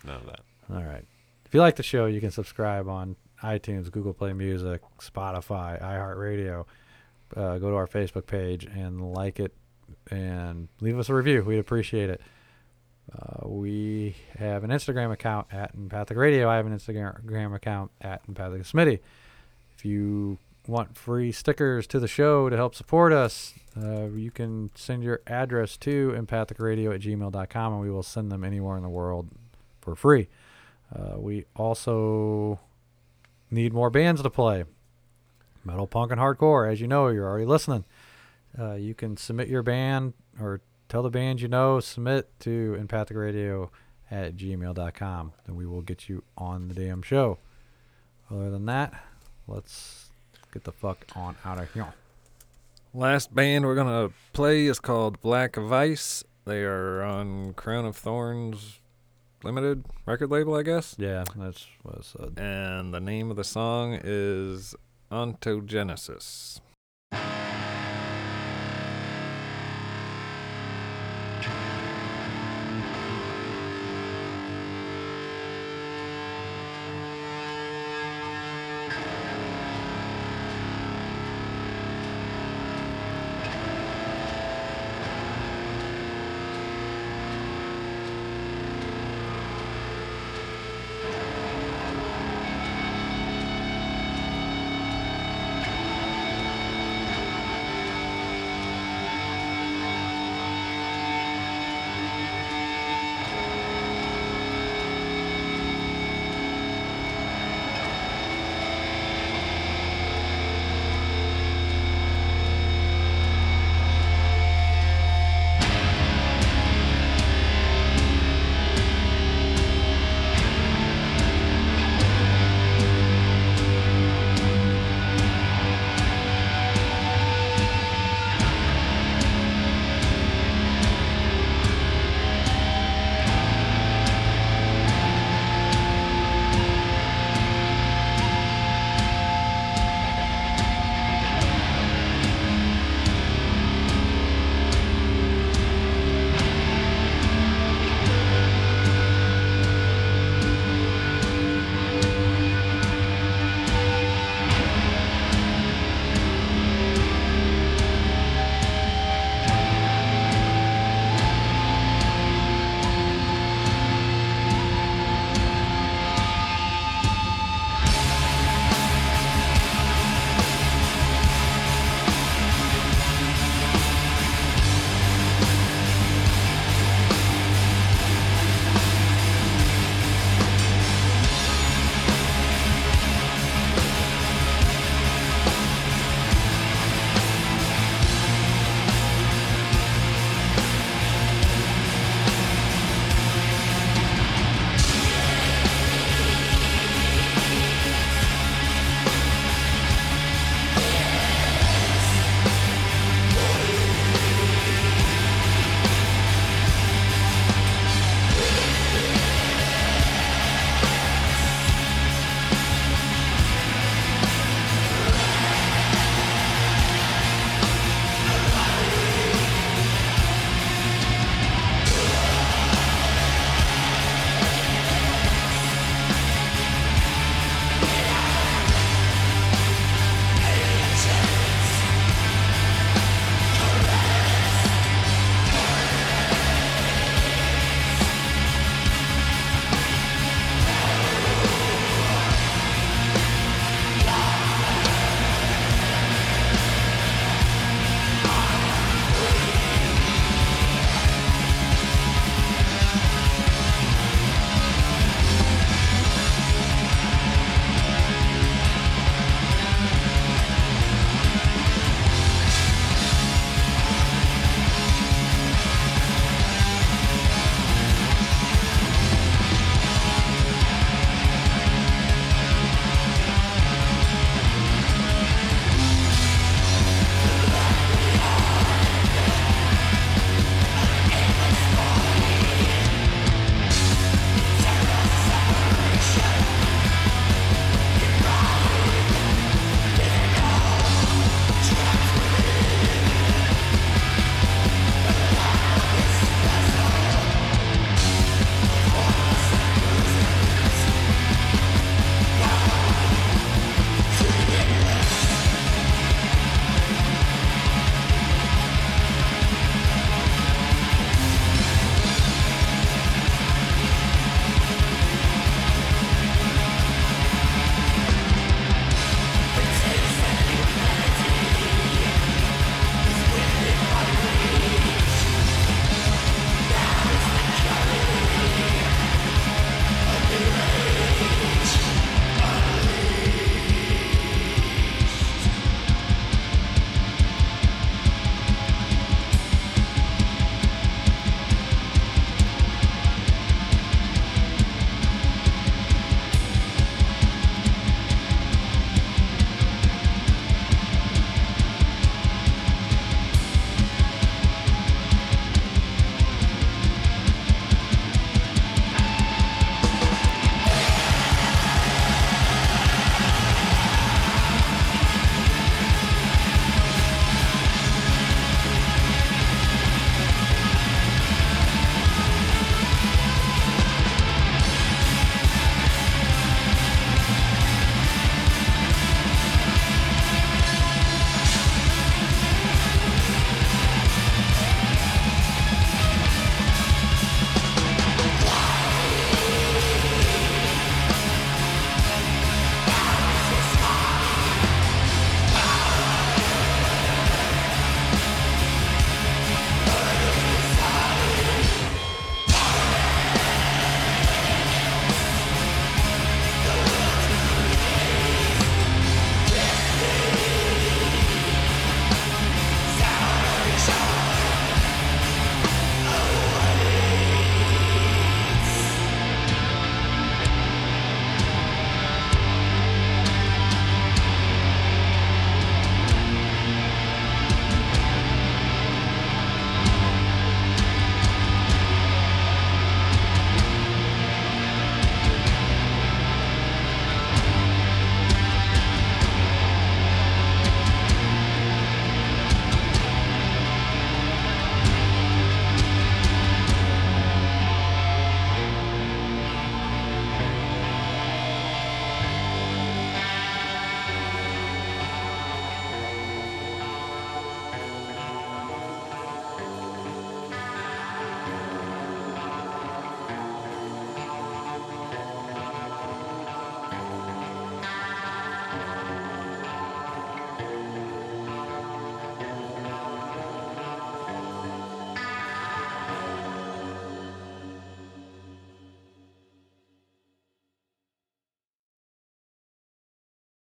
Speaker 2: none of that.
Speaker 1: All right. If you like the show, you can subscribe on iTunes, Google Play Music, Spotify, iHeartRadio. Uh, go to our Facebook page and like it and leave us a review. We'd appreciate it. Uh, we have an Instagram account at Empathic Radio. I have an Instagram account at Empathic Smitty. If you want free stickers to the show to help support us, uh, you can send your address to empathicradio at gmail.com and we will send them anywhere in the world for free. Uh, we also need more bands to play metal, punk, and hardcore. As you know, you're already listening. Uh, you can submit your band or tell the band you know, submit to empathicradio at gmail.com, and we will get you on the damn show. Other than that, let's get the fuck on out of here.
Speaker 5: Last band we're gonna play is called Black Vice. They are on Crown of Thorns Limited record label, I guess.
Speaker 1: Yeah, that's what I said.
Speaker 5: And the name of the song is Ontogenesis.